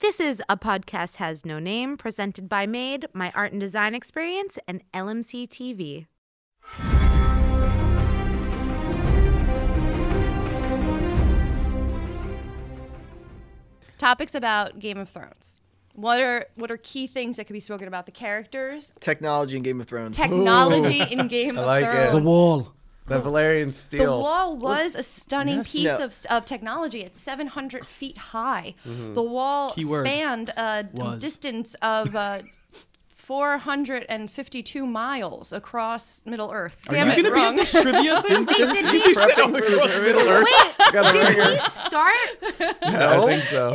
This is A Podcast Has No Name, presented by MADE, My Art and Design Experience, and LMC TV. Topics about Game of Thrones. What are what are key things that could be spoken about the characters, Technology in Game of Thrones. technology in Game I of like it. Thrones? The wall. The Valerian The steel. wall was a stunning Yes. piece No. of, of technology. It's 700 feet high. The wall Keyword. spanned a d- Was. distance of uh, 452 miles across Middle Earth. Damn you it, gonna be wrong. in this trivia thing? Did we, Got a ringer. start? I think so.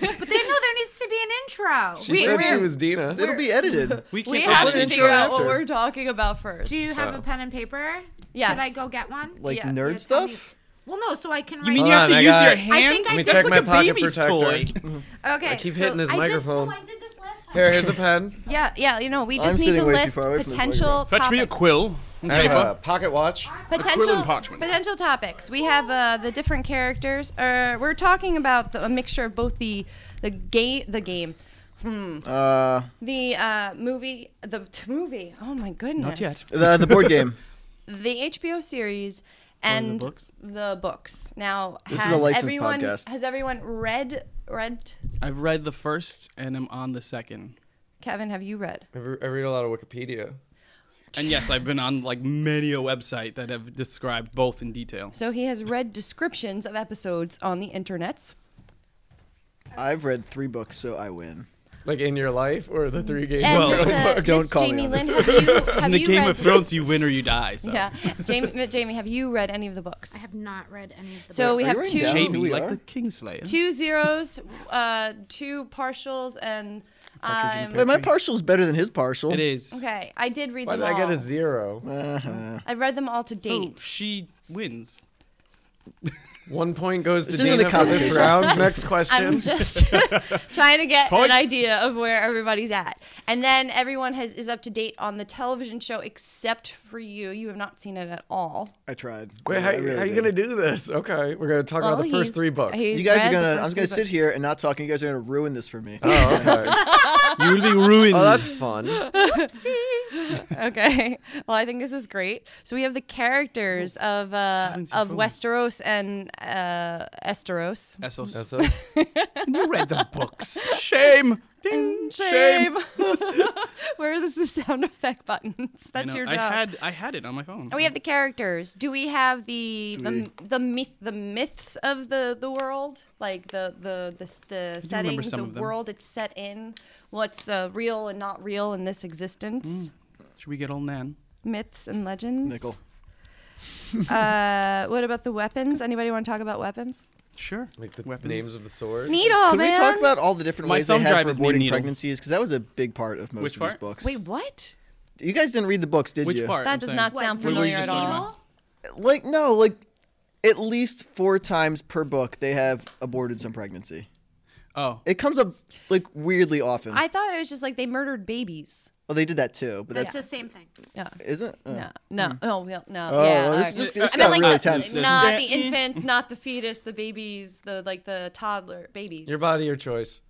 But they know there needs to be an intro. She We- said she we're- was Dina. It'll be edited. we can't we put have an put to an figure intro out what after. we're talking about first. Do you have So- a pen and paper? Yes. Should I go get one? Like Yeah. nerd Yeah, tell me- stuff? Well, no. So I can. You write mean Hold you have on, to I use got- your I think hands? I Let me That's check my like a pocket baby's protector. toy. Okay. I keep so hitting this I microphone. Did, no, I did this last time. Here, here's a pen. Yeah, yeah. You know, we I'm just need to sitting way too list far away from this potential Fetch topics. me a quill and I have paper. a Uh, pocket watch. potential and parchment. potential topics. We have uh, the different characters. Uh, we're talking about the, a mixture of both the the game the game. Hmm. Uh, The uh, movie, the t- movie. Oh my goodness! Not yet. the, the board game. The HBO series and the books. books? Now, This is has a licensed everyone podcast. has everyone read read? I've read the first and I'm on the second. Kevin, have you read? I re- I read a lot of Wikipedia. And yes, I've been on like many a website that have described both in detail. So he has read descriptions of episodes on the internets. I've read three books, so I win. Like in your life or the three games? And Well, just, uh, don't just call me Jamie on Lynn, this. have you, have In the you Game read, of Thrones, you win or you die. So. Yeah, Jamie, Jamie, have you read any of the books? I have not read any of the. So books. we Are have you writing two down? Jamie, Who we like are? the Kingslayer. two zeros, uh, two partials, and Partridge in a um, pear Wait, my tree. partial's better than his partial. It is. okay, I did read Why them did I all. get a zero? Uh-huh. I read them all to So date. Oh, she wins. One point goes to This isn't a Dina for this competition. round. Next question. I'm just trying to get an Points. idea of where everybody's at, and then everyone has is up to date on the television show except for you. You have not seen it at all. I tried. Wait, Yeah, how, I really how are you did. gonna do this? Okay, we're gonna talk Well, about the first he's- three books. he's- You guys read are the gonna. first I'm three gonna sit books. here and not talk. and You guys are gonna ruin this for me. Oh, okay. You will be ruined. oh, that's fun. Okay. Well, I think this is great. So we have the characters of uh, Silence your of phone. Westeros and uh, Esteros. Essos. That's a- You read the books. Shame. Ding. Shame. Where is the sound effect buttons? I That's know, your job. I had I had it on my phone. And we have the characters. Do we have the the, we- the myth the myths of the the world, like the the the s- the do setting, remember some the of them. world it's set in, what's uh, real and not real in this Mm. existence, Should we get old Nan? myths and legends. Nickel. Uh, what about the weapons? Anybody want to talk about weapons? Sure. like the Weapons. names of the swords. Needle, Could Oh, man. we talk about all the different My ways they thumb had drive for is named avoiding Needle. pregnancies? Because that was a big part of most Which of these part? books. Wait, what? you guys didn't read the books, did Which you? part? That I'm does saying? not What, sound were you familiar just at talking all. about? Evil? Like no, like at least four times per book they have aborted some pregnancy. Oh. It comes up like weirdly often. I thought it was just like they murdered babies. well, they did that too, but That's that's the same thing. isn't. Uh, No, no, no, we don't- no. Oh, yeah, well, this alright. is just this I mean, got like really the, tense. not the infants, not the fetus, the babies, the like the toddler babies. Your body, your choice.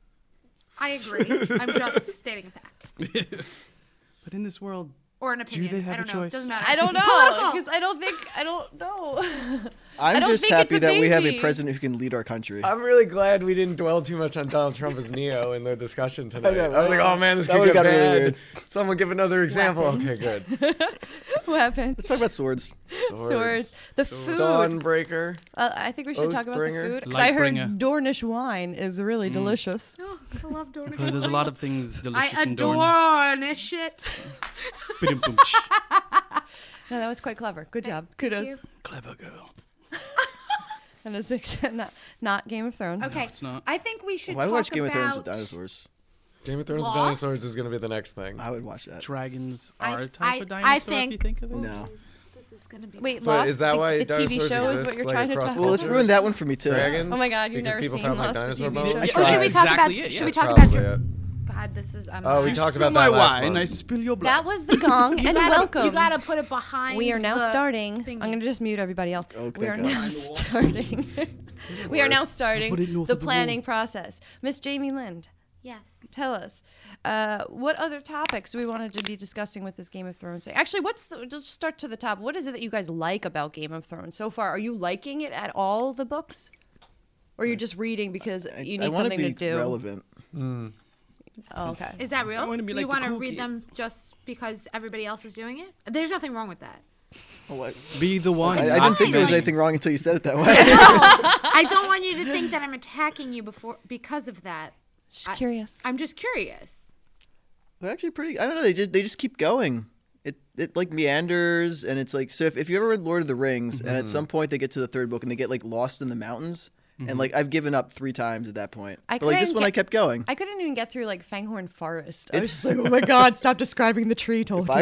I agree. I'm just stating a fact But in this world, or an Do they opinion. I have don't a know. It choice? doesn't matter. I don't know Political. because I don't think I don't know. I I'm don't just think it's happy a that we have a baby. Uh, president who can lead our country. I'm really glad we didn't dwell too much on Donald Trump as Neo in the discussion tonight. I, know, was like, right? oh man, this That could would've get gotten really bad. weird. Someone give another example. Okay, good. Weapons, Let's talk about swords. swords, the food. Dawnbreaker. Uh, I think we should talk about Oathbringer. the food 'cause I heard Lightbringer. Dornish wine is really delicious. Oh, I love Dornish. uh, there's a lot of things I delicious in adore Dorne. this shit. Ba-dum-bum-tsh. No, that was quite clever. Good job. Kudos. you. Clever girl. And a six, not, not Game of Thrones. Okay, it's not. I think we should Why talk watch Game of about. Thrones with dinosaurs? Game of Thrones Lost. dinosaurs is gonna be the next thing. I would watch that. Dragons I- are a type I- of I dinosaur. think- if you think of it. No. This is gonna be. Wait, But Lost, is that the, why the TV dinosaurs show is what exist, you're like, trying to across talk Well, let's about? ruin that one for me too. Dragons. Oh my God, you've because never people seen found, like, Lost, the dinosaur TV bones? show. Yes, Oh, should that's we Right. talk exactly about? it, Should yeah. we That's talk about? probably Dra- Uh, it. God, this is. I'm Oh, we not- talked Spill about my that last wine. month. I spill your blood. That was the gong and You gotta- welcome. You gotta put it behind. we are now the starting. thingy. I'm gonna just mute everybody else. Oh, we thank are God. now starting we are now starting But it north the of the planning process. Miss Jamie Lind, Yes. tell us uh, what other topics we wanted to be discussing with this Game of Thrones thing. Actually, what's the, just start to the top. What is it that you guys like about Game of Thrones so far? Are you liking it at all? The books, or you're just reading because I- you I need wanna something be to do? relevant. Oh, okay. Is that real? wanna be like you the want to cool read them just because everybody else is doing it? There's nothing wrong with that. Oh, I, Be the one. I, I didn't think there was like- anything wrong until you said it that way. I don't want you to think that I'm attacking you before because of that. Just curious. I'm just curious. They're actually pretty. I don't know. They just they just keep going. It it like meanders and it's like so. If, if you ever read Lord of the Rings and Mm-hmm. at some point they get to the third book and they get like lost in the mountains Mm-hmm. and like I've given up three times at that point. I but like this couldn't one, get- I kept going. I couldn't even get through like Fanghorn Forest. I was It's- just like, oh my god, stop describing the tree, Tolkien. if I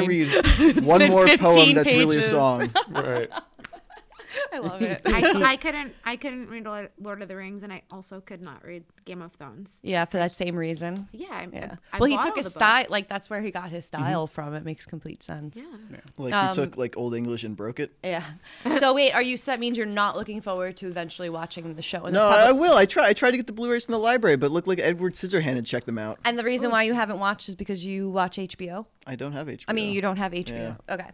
read one been more 15 poem that's really a pages. song, Right. I love it. I, I couldn't I couldn't read Lord Lord of the Rings and I also could not read Game of Thrones. yeah, for that same reason. Yeah, I, Yeah. I, I well, he bought took his all the style. books. Like that's where he got his Mm-hmm. style from. It makes complete sense. yeah. like Um, you took like Old English and broke it. Yeah. so wait, are you? So that means you're not looking forward to eventually watching the show. And No, that's I probably- will. I try. I tried to get the Blu-rays from the library, but look like Edward Scissorhand had checked them out. and the Oh. reason why you haven't watched is because you watch HBO. I don't have HBO. I mean, you don't have HBO. Okay.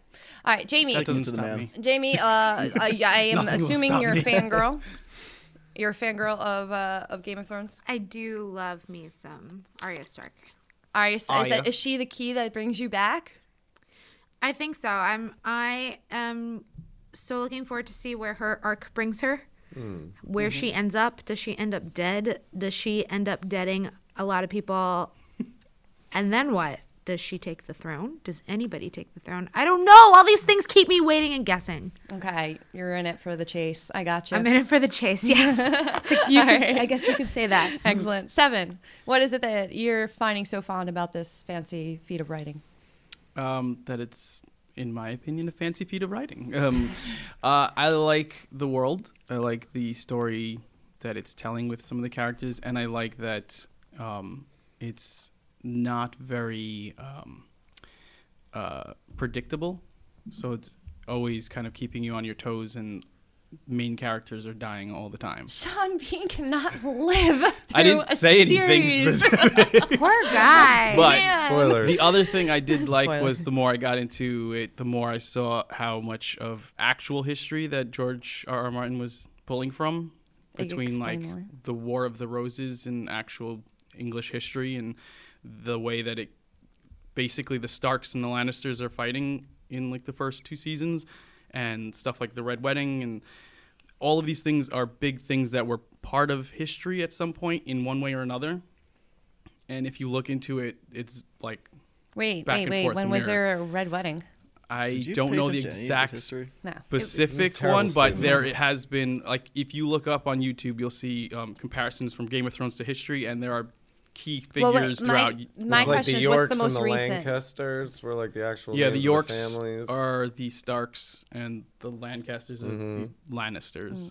All right, Jamie. That doesn't to the stop man. me. Jamie, uh, I, I am Nothing will assuming stop you're a me. fangirl. You're a fangirl of uh, of Game of Thrones. I do love me some Arya Stark. Are you, is, Arya. that, is she the key that brings you back? I think so. I'm I am so looking forward to see where her arc brings her. Mm-hmm. Where she ends up. Does she end up dead? Does she end up deading a lot of people? and then what? Does she take the throne? Does anybody take the throne? I don't know. All these things keep me waiting and guessing. Okay, you're in it for the chase. I got you. I'm in it for the chase. Yes. you could- I guess you could say that. Excellent. Seven. What is it that you're finding so fond about this fancy feat of writing? um, that it's, in my opinion, a fancy feat of writing. Um, uh, I like the world. I like the story that it's telling with some of the characters, and I like that um, it's not very um, uh, predictable. So it's always kind of keeping you on your toes, and main characters are dying all the time. Sean Bean cannot live. I didn't through a say anything series. specific, Poor guy. but Spoilers. The other thing I did like Spoiler. was the more I got into it, the more I saw how much of actual history that George R. R. Martin was pulling from Like, between like explain more. the War of the Roses and actual English history and the way that it basically the Starks and the Lannisters are fighting in like the first two seasons and stuff like the Red Wedding and all of these things are big things that were part of history at some point in one way or another. And if you look into it, it's like Wait, Back wait, and wait. forth When in was mirror. there a red wedding? I Did you don't pay know the attention to any of the exact history? No. specific terrible one, but season. there it has been like if you look up on YouTube, you'll see um, comparisons from Game of Thrones to history, and there are key Well, wait, figures my, throughout. my It's like question the is, what's Yorks the most and the recent? Lancasters were like the actual yeah, the names of Yorks families. are the Starks, and the Lancasters are Mm-hmm. the Mm, Lannisters.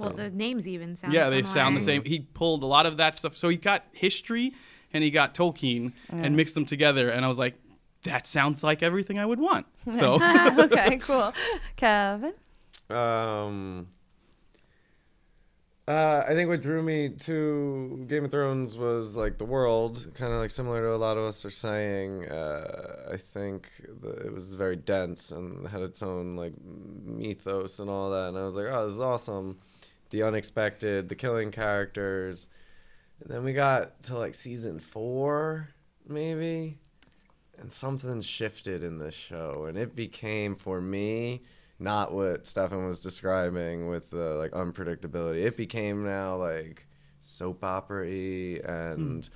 well, the names even sound. Yeah, they similar. sound the same. He pulled a lot of that stuff, so he got history and he got Tolkien and mixed them together, and I was like, that sounds like everything I would want. So. okay, cool. Kevin. Um, uh, I think what drew me to Game of Thrones was like the world, kind of like similar to a lot of us are saying. Uh, I think the, it was very dense and had its own like mythos and all that, and I was like, oh, this is awesome. The unexpected, the killing characters, and then we got to like season four, maybe and something shifted in this show and it became for me not what Stefan was describing with the like unpredictability. It became now like soap opera y and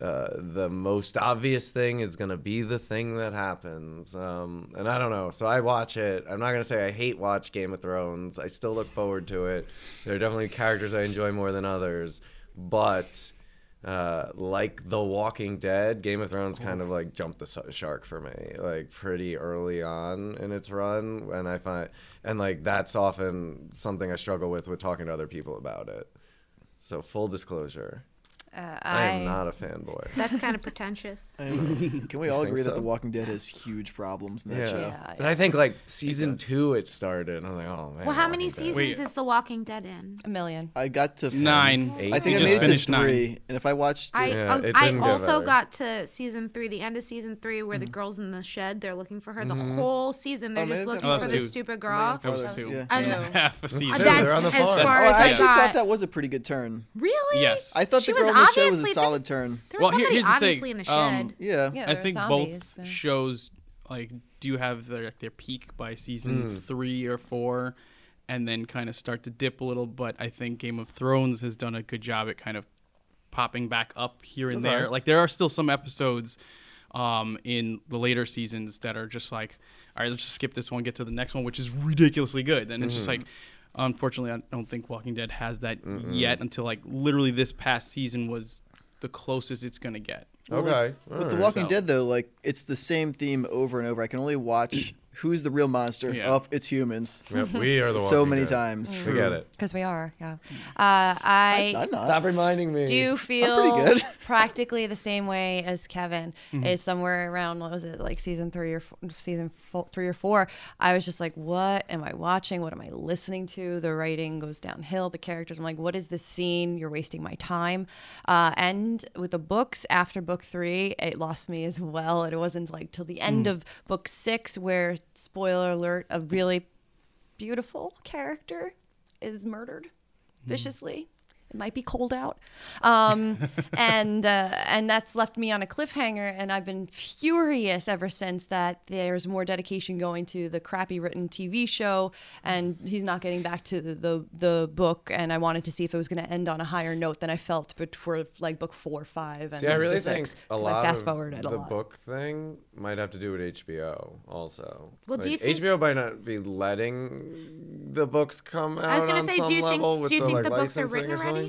uh, the most obvious thing is gonna be the thing that happens. Um, and I don't know. So I watch it. I'm not gonna say I hate watch Game of Thrones. I still look forward to it. There are definitely characters I enjoy more than others, but uh, like The Walking Dead, Game of Thrones kind of like jumped the s- shark for me, like pretty early on in its run, and I find and like that's often something I struggle with with talking to other people about it. So full disclosure, Uh, I am I- not a fanboy. That's kind of pretentious. Can we all think agree that so? The Walking Dead has huge problems in that Yeah. show? Yeah, But I think like season two it started. and I'm like, oh man. Well, how Walking many Dead. seasons Wait. is The Walking Dead in? A million. I got to Nine. Eight. I think You I just made it finished to nine. three, and if I watched, I Yeah, oh, it I didn't get also better. got to season three, the end of season three, where Mm-hmm. the girls in the shed they're looking for her the whole season. They're Oh, just maybe looking that for was the two. stupid girl. That was that two. was- yeah. And Half a two. season. They're that's on the as farm. far oh, as I I, actually got. thought that was a pretty good turn. really? Yes. I thought She the was girl in the show was a obviously- solid turn. There was Well, here- somebody here's the obviously thing. in the Um, shed. Yeah, Yeah, I they're think both zombies, so- shows like do have their their peak by season Hmm. three or four, and then kind of start to dip a little. But I think Game of Thrones has done a good job at kind of popping back up here and there. Like there are still some episodes um, in the later seasons that are just like, all right, let's just skip this one, get to the next one, which is ridiculously good. And Hmm. it's just like. Unfortunately, I don't think Walking Dead has that yet. Until like literally this past season was the closest it's gonna get. Okay. all With The right. Walking So- Dead, though, like it's the same theme over and over. I can only watch who's the real monster. Yeah. Oh, it's humans. Yep, we are the so Walking many Dead. times. Mm. We get it. Because we are, yeah. Uh, I, I'm not. Stop reminding me. do feel good. practically the same way as Kevin is somewhere around what was it like season three or four, season fo- three or four. I was just like, what am I watching? What am I listening to? The writing goes downhill. The characters. I'm like, what is this scene? You're wasting my time. Uh, and with the books after book three, it lost me as well. It wasn't like till the end of book six where spoiler alert, a really beautiful character is murdered viciously. It might be cold out, um, and uh, and that's left me on a cliffhanger, and I've been furious ever since that there's more dedication going to the crappy written TV show, and he's not getting back to the the, the book, and I wanted to see if it was going to end on a higher note than I felt, but for like book four, five, and See, I six really to think six, a 'cause lot I fast of forwarded a the lot. book thing might have to do with HBO also. Well, do you Like, think- HBO might not be letting the books come out I was gonna on say, some do you level think with do you the, think like, the books are licensing written or something? already?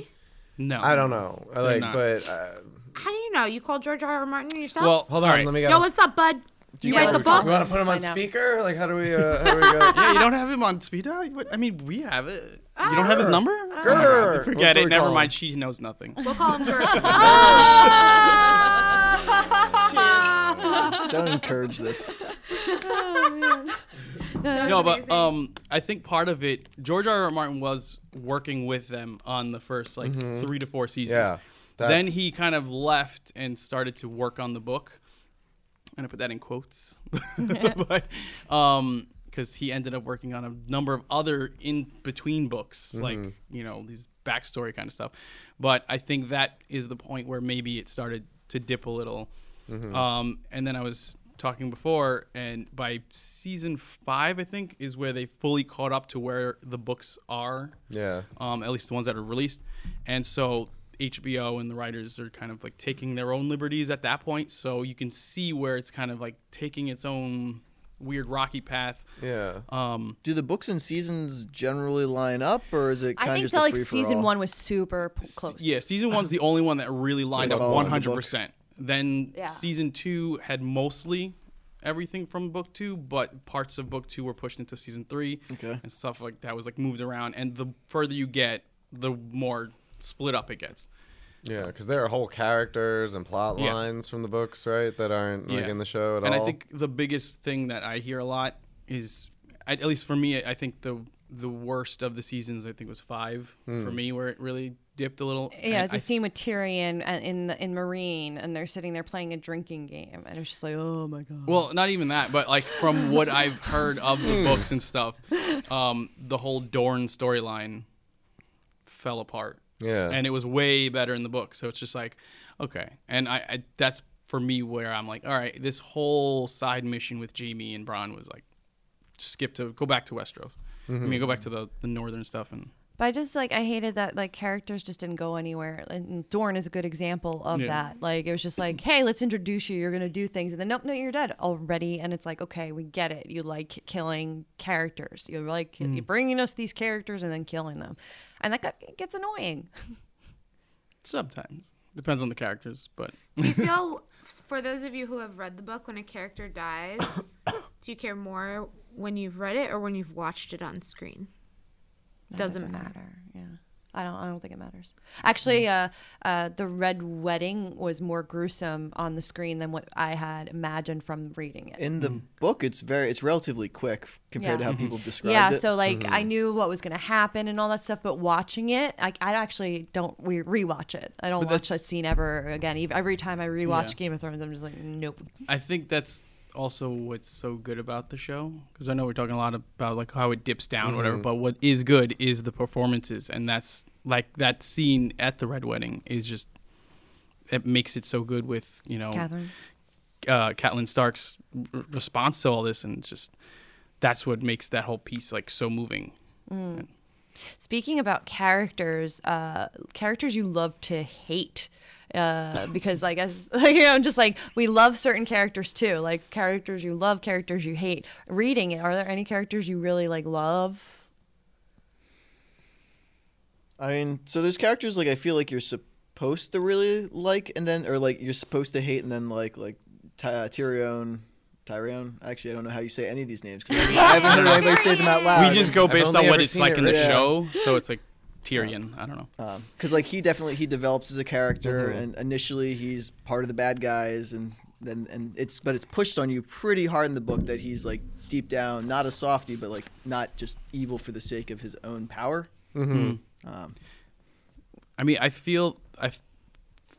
No, I don't know. I, Like, not. but uh, How do you know? You called George R. R. Martin yourself? Well, hold on, all right. let me get. Yo, what's up, bud? You, guys wanna like the talk books? you want to put them on Find out. speaker? Like, how do we? Uh, how do we go? Yeah, you don't have him on speed dial. What- I mean, we have it. You don't have his number? Grr. Oh. Forget What's it. we Never call mind. She knows nothing. We'll call him George. Don't encourage this. no, but um, I think part of it, George R. R. Martin was working with them on the first like three to four seasons. Yeah, Then that's- he kind of left and started to work on the book. And I put that in quotes, but um, because he ended up working on a number of other in between books, like you know these backstory kind of stuff. But I think that is the point where maybe it started to dip a little. Um, and then I was talking before, and by season five, I think, is where they fully caught up to where the books are. Yeah. Um, at least the ones that are released. And so HBO and the writers are kind of like taking their own liberties at that point. So you can see where it's kind of like taking its own weird rocky path. Yeah. Um, Do the books and seasons generally line up, or is it I kind of think just that a like free for season all? one was super p- close. Yeah, season one's the only one that really lined It up follows one the book. hundred percent. Then Yeah. season two had mostly everything from book two, but parts of book two were pushed into season three, Okay. and stuff like that was like moved around. And the further you get, the more split up it gets. Yeah, because there are whole characters and plot Yeah. lines from the books, right, that aren't like Yeah. in the show at and all. I think the biggest thing that I hear a lot is, at at least for me, I think the the worst of the seasons I think was five Hmm. for me, where it really dipped a little. Yeah, And it's a I scene with Tyrion and in the, in Marine, and they're sitting there playing a drinking game, and it's just like, oh my god. Well, not even that, but like from what I've heard of the books and stuff, um, the whole Dorn storyline fell apart. Yeah. And it was way better in the book. So it's just like, okay. And I, I that's for me where I'm like, all right, this whole side mission with Jamie and Bronn was like, skip to go back to Westeros. I mean, go back to the, the northern stuff and But I just like I hated that like characters just didn't go anywhere. And Dorn is a good example of Yeah. that. Like it was just like, hey, let's introduce you. You're gonna do things, and then nope, no, you're dead already. And it's like, okay, we get it. You like killing characters. You're like you're Mm. bringing us these characters and then killing them, and that got, it gets annoying. sometimes depends on the characters, but Do you feel, for those of you who have read the book, when a character dies, do you care more when you've read it or when you've watched it on screen? That Doesn't doesn't matter. Mm. matter. Yeah. I don't. I don't think it matters. Actually, uh, uh, the red wedding was more gruesome on the screen than what I had imagined from reading it. In the Mm. book, it's very it's relatively quick compared Yeah. to how people describe yeah, it. so like I Mm-hmm. knew what was gonna happen and all that stuff, but watching it, I, I actually don't re- rewatch it. I don't But watch that that's- scene ever again. Ev- Every time I rewatch Yeah. Game of Thrones, I'm just like, nope. I think that's also what's so good about the show because I know we're talking a lot about like how it dips down, whatever. But what is good is the performances, and that's like that scene at the red wedding is just it makes it so good with you know Catherine, uh, Catelyn Stark's r- response to all this, and just that's what makes that whole piece like so moving. speaking about characters, uh, characters you love to hate. Uh, because like as you know, just like we love certain characters too, like characters you love, characters you hate. Reading it, are there any characters you really like love? I mean, so there's characters like I feel like you're supposed to really like, and then or like you're supposed to hate, and then like like Ty- uh, Tyrion. Tyrion. Actually, I don't know how you say any of these names. 'cause I haven't- I haven't heard anybody say them out loud. we just Uh, go I've based only on what ever it's seen like it in the written. show, so it's like Tyrion. I don't know. because um, like he definitely he develops as a character Mm-hmm. and initially he's part of the bad guys and then and it's but it's pushed on you pretty hard in the book that he's like deep down not a softy but like not just evil for the sake of his own power I mean, I feel I f-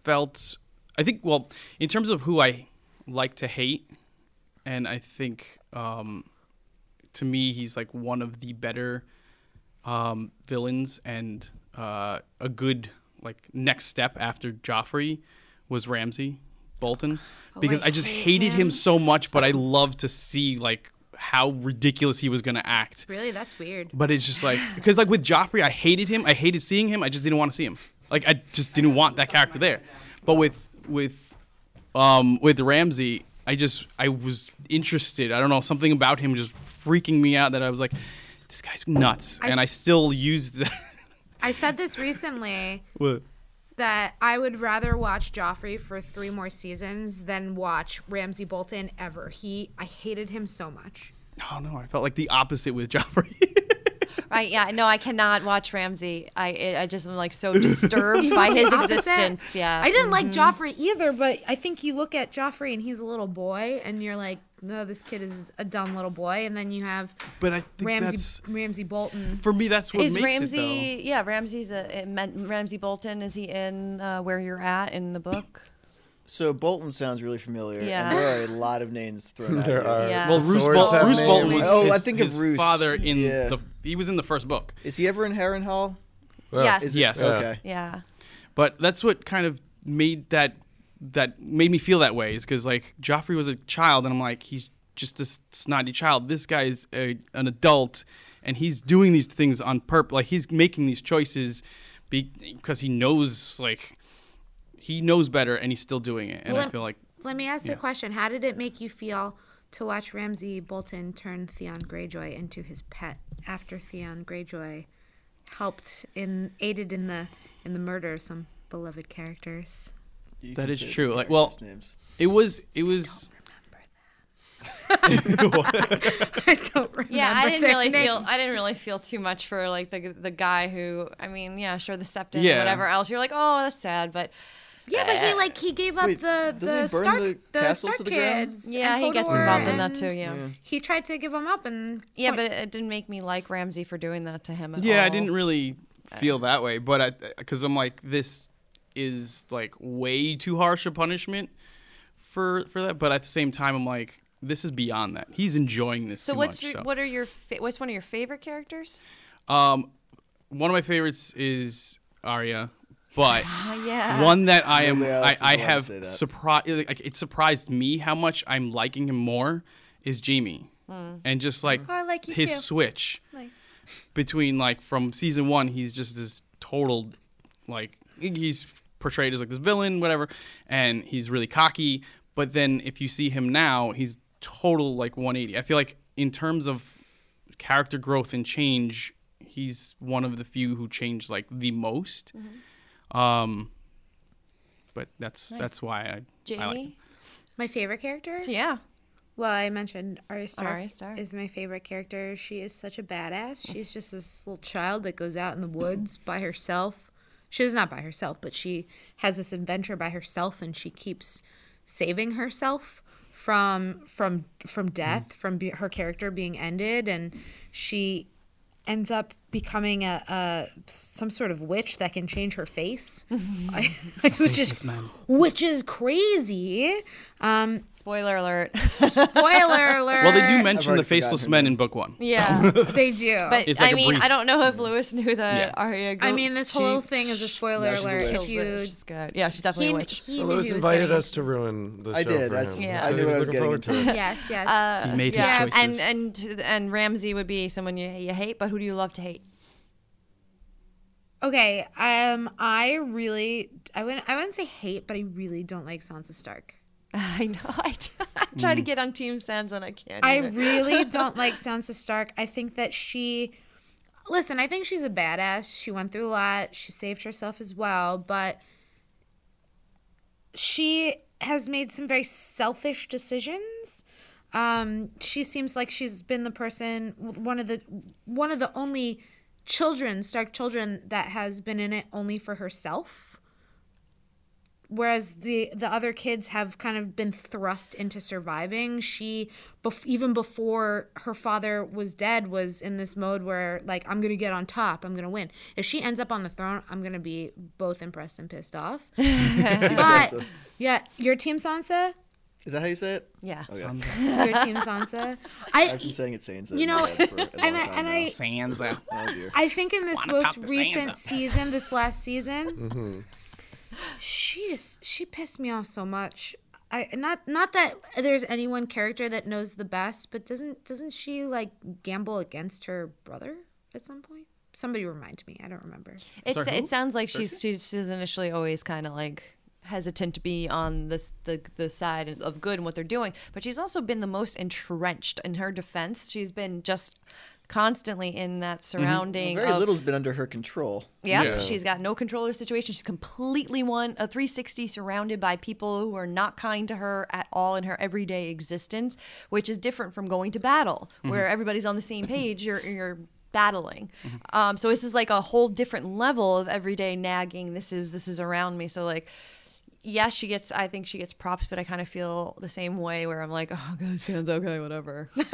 felt I think well in terms of who I like to hate, and I think um, to me he's like one of the better um, villains and uh, a good like next step after Joffrey was Ramsey Bolton because Oh, I I just hate hated him. him. so much, but I loved to see like how ridiculous he was gonna act. Really, that's weird. But it's just like because like with Joffrey, I hated him. I hated seeing him. I just didn't want to see him. Like I just didn't want that character there. But with with um with Ramsey, I just I was interested. I don't know something about him just freaking me out that I was like, this guy's nuts, I and I s- still use the. I said this recently What? that I would rather watch Joffrey for three more seasons than watch Ramsey Bolton ever. He, I hated him so much. Oh no! I felt like the opposite with Joffrey. Right? Yeah. No, I cannot watch Ramsey. I it, I just am like so disturbed by his Opposite. existence. Yeah. I didn't like Joffrey either, but I think you look at Joffrey and he's a little boy, and you're like, no, this kid is a dumb little boy. And then you have but I think that's Ramsey Ramsey Bolton. for me. That's what Is makes Ramsey? it yeah, Ramsey's a it meant- Ramsey Bolton. Is he in uh, where you're at in the book? so bolton sounds really familiar Yeah. and there are a lot of names thrown out There are. Yeah. uh, though. Uh, Well, Roose, Swords Bol- have Roose Bolton names. was Oh, his, I think of his Roose. father in Yeah. the. He was in the first book. is he ever in harrenhal Well, yes. is Yes. it? okay Yeah. But that's what kind of made that that made me feel that way is because like Joffrey was a child, and I'm like he's just this snotty child. This guy's a, an adult, and he's doing these things on purpose. Like he's making these choices be- because he knows like he knows better, and he's still doing it. And Well, I feel like Let me ask you a question. How did it make you feel to watch Ramsey Bolton turn Theon Greyjoy into his pet after Theon Greyjoy helped in aided in the in the murder of some beloved characters? You That can is say the true. Like, well- characters' names. it was it was. I don't remember. Yeah, I didn't their really names. feel. I didn't really feel too much for like the the guy who. I mean, yeah, sure, the septon, Yeah. whatever else. You're like, oh, that's sad, but Yeah, but he like he gave up Wait, the doesn't he the burn Stark the the, castle Stark to the ground? kids. yeah, and he gets Hodor involved in that and too. Yeah. He tried to give them up and Yeah, but it, it didn't make me like Ramsey for doing that to him. At Yeah, I all. didn't really feel that way, but I because I'm like this is like way too harsh a punishment for for that. But at the same time, I'm like this is beyond that. He's enjoying this. So too what's much, your, so. what are your fa- what's one of your favorite characters? Um, one of my favorites is Arya, but yeah. one that I am Nobody else I, is I allowed to have say that. surprised like it surprised me how much I'm liking him more is Jamie, Hmm. and just like, Oh, I like you his too. switch nice. between like from season one, he's just this total like he's portrayed as like this villain, whatever, and he's really cocky. But then if you see him now, he's total like 180. I feel like in terms of character growth and change, he's one of the few who changed like the most. Mm-hmm. Um, but that's that's why I I like him. Jamie. my favorite character. yeah. Well, I mentioned Arya Stark, Arya Stark. is my favorite character. She is such a badass. She's just this little child that goes out in the woods by herself. She was not by herself, but she has this adventure by herself, and she keeps saving herself from from Mm. from death, from be- her character being ended, and she ends up becoming a, a some sort of witch that can change her face, which is which is crazy. Um, Spoiler alert. spoiler alert. Well, they do mention already the faceless forgotten. men in book one. yeah. They do. But It's like I a mean, brief- I don't know if Lewis knew that Yeah. Arya. Go- I mean, this she whole thing is a spoiler she's a alert. witch. If kills you, it. She's good. Yeah, she's definitely he, a witch. he knew Lewis he was invited getting- us to ruin the I show did, for that's- him. Yeah. So I he knew what I was looking getting forward to it. Yes, yes. Uh, He made his yeah, choices. and uh, and and Ramsey would be someone you you hate, but who do you love to hate? okay. Um, I really, I wouldn't, I wouldn't say hate, but I really don't like Sansa Stark. I know. I, I try Mm. to get on Team Sans and I can't. I either. really don't like Sansa Stark. I think that she, listen, I think she's a badass. She went through a lot. She saved herself as well, but she has made some very selfish decisions. Um, she seems like she's been the person, one of the, one of the only children, Stark children, that has been in it only for herself whereas the the other kids have kind of been thrust into surviving she bef- even before her father was dead was in this mode where like i'm gonna get on top i'm gonna win if she ends up on the throne i'm gonna be both impressed and pissed off but Sansa. yeah your team sansa Is that how you say it? Yeah. Okay. your team sansa I've i been saying it Sansa. You in my know, head for a long and i time and now. i Sansa. Oh, dear. I think in this Wanna most talk to Sansa. recent season, this last season, Mm-hmm. she just she pissed me off so much. I not not that there's any one character that knows the best, but doesn't doesn't she like gamble against her brother at some point? Somebody remind me. I don't remember. It's, Sorry, it who? sounds like she's, she's she's initially always kind of like hesitant to be on this the the side of good and what they're doing, but she's also been the most entrenched in her defense. She's been just constantly in that Mm-hmm. surrounding. Very of, little's been under her control. Yep, Yeah. she's got no control of the situation. She's completely one a 360 surrounded by people who are not kind to her at all in her everyday existence, which is different from going to battle where everybody's on the same page. You're you're battling, um, so this is like a whole different level of everyday nagging. This is this is around me. So like. Yes, she gets. I think she gets props, but I kind of feel the same way where I'm like, oh, God, sounds okay, whatever. Yeah.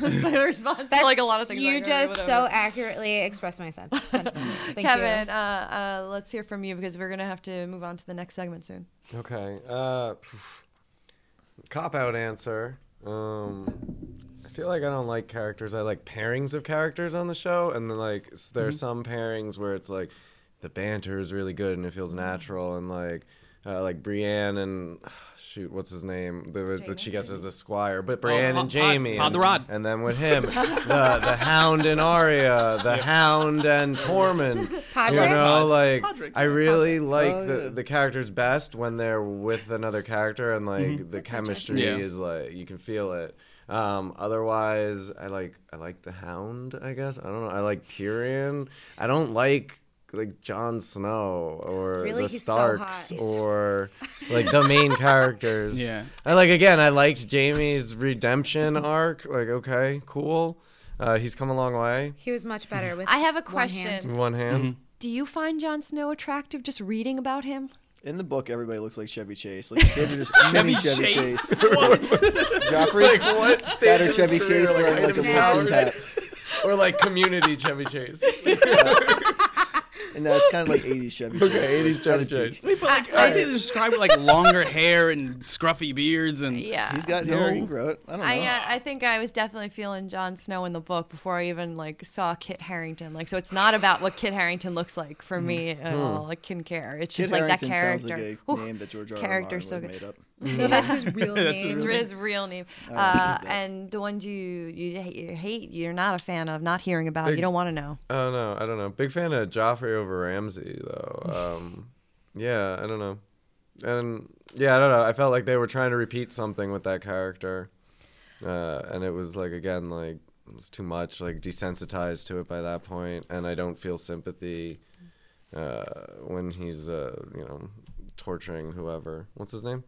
That's my response. to, like a lot of things. You like, "Okay, just whatever." so accurately express my sense. sentiments. Thank Kevin, you. Uh, uh, let's hear from you because we're gonna have to move on to the next segment soon. Okay. Uh, cop out answer. Um, I feel like I don't like characters. I like pairings of characters on the show, and then like s- there are some pairings where it's like the banter is really good and it feels natural, and like uh, like Brienne and shoot, what's his name? The, that she gets as a squire, but Brienne Pod- and Jamie, Pod and, the Rod. and then with him, the the Hound and Arya, the Hound and Tormund. You Padre? know, like Podrick, I yeah, really like Oh, the, yeah. the characters best when they're with another character and like Mm-hmm. the chemistry Yeah. is like you can feel it. Um, otherwise, I like I like the Hound. I guess I don't know. I like Tyrion. I don't like like Jon Snow or Really? the He's so hot. Starks He's so- or like the main characters. Yeah. I like again. I liked Jamie's redemption arc. Like okay, cool. Uh, he's come a long way. He was much better with. I have a one hand. question. One hand. Mm-hmm. Do you find Jon Snow attractive just reading about him? In the book, everybody looks like Chevy Chase. Like kids are just mini Chevy Chase. Joffrey, what that or Chevy Chase wearing like a Adam's Wilkins powers. hat. or like community Chevy Chase. And that's kind of like 80s Chevy Chase. Okay, 80s At Chevy his peak. Chase. But like, I think they describe it like longer hair and scruffy beards and Yeah. He's got hair. He can No. grow it. I don't know. I, uh, I think I was definitely feeling Jon Snow in the book before I even like saw Kit Harrington. Like, so it's not about what Kit Harrington looks like for me at all. I can care. It's Mm-hmm. Kit just like that Harington sounds character. like a Ooh. name that George R. R. character Martin so so good. made up. No, that's his real name. It's his real name. Uh, and the ones you you hate, you hate, you're not a fan of, not hearing about, you don't want to know. Oh no, I don't know. Big fan of Joffrey over Ramsey though. Um, yeah, I don't know. And yeah, I don't know. I felt like they were trying to repeat something with that character, uh, and it was like again like it was too much. Like desensitized to it by that point, and I don't feel sympathy uh, when he's uh, you know torturing whoever. What's his name?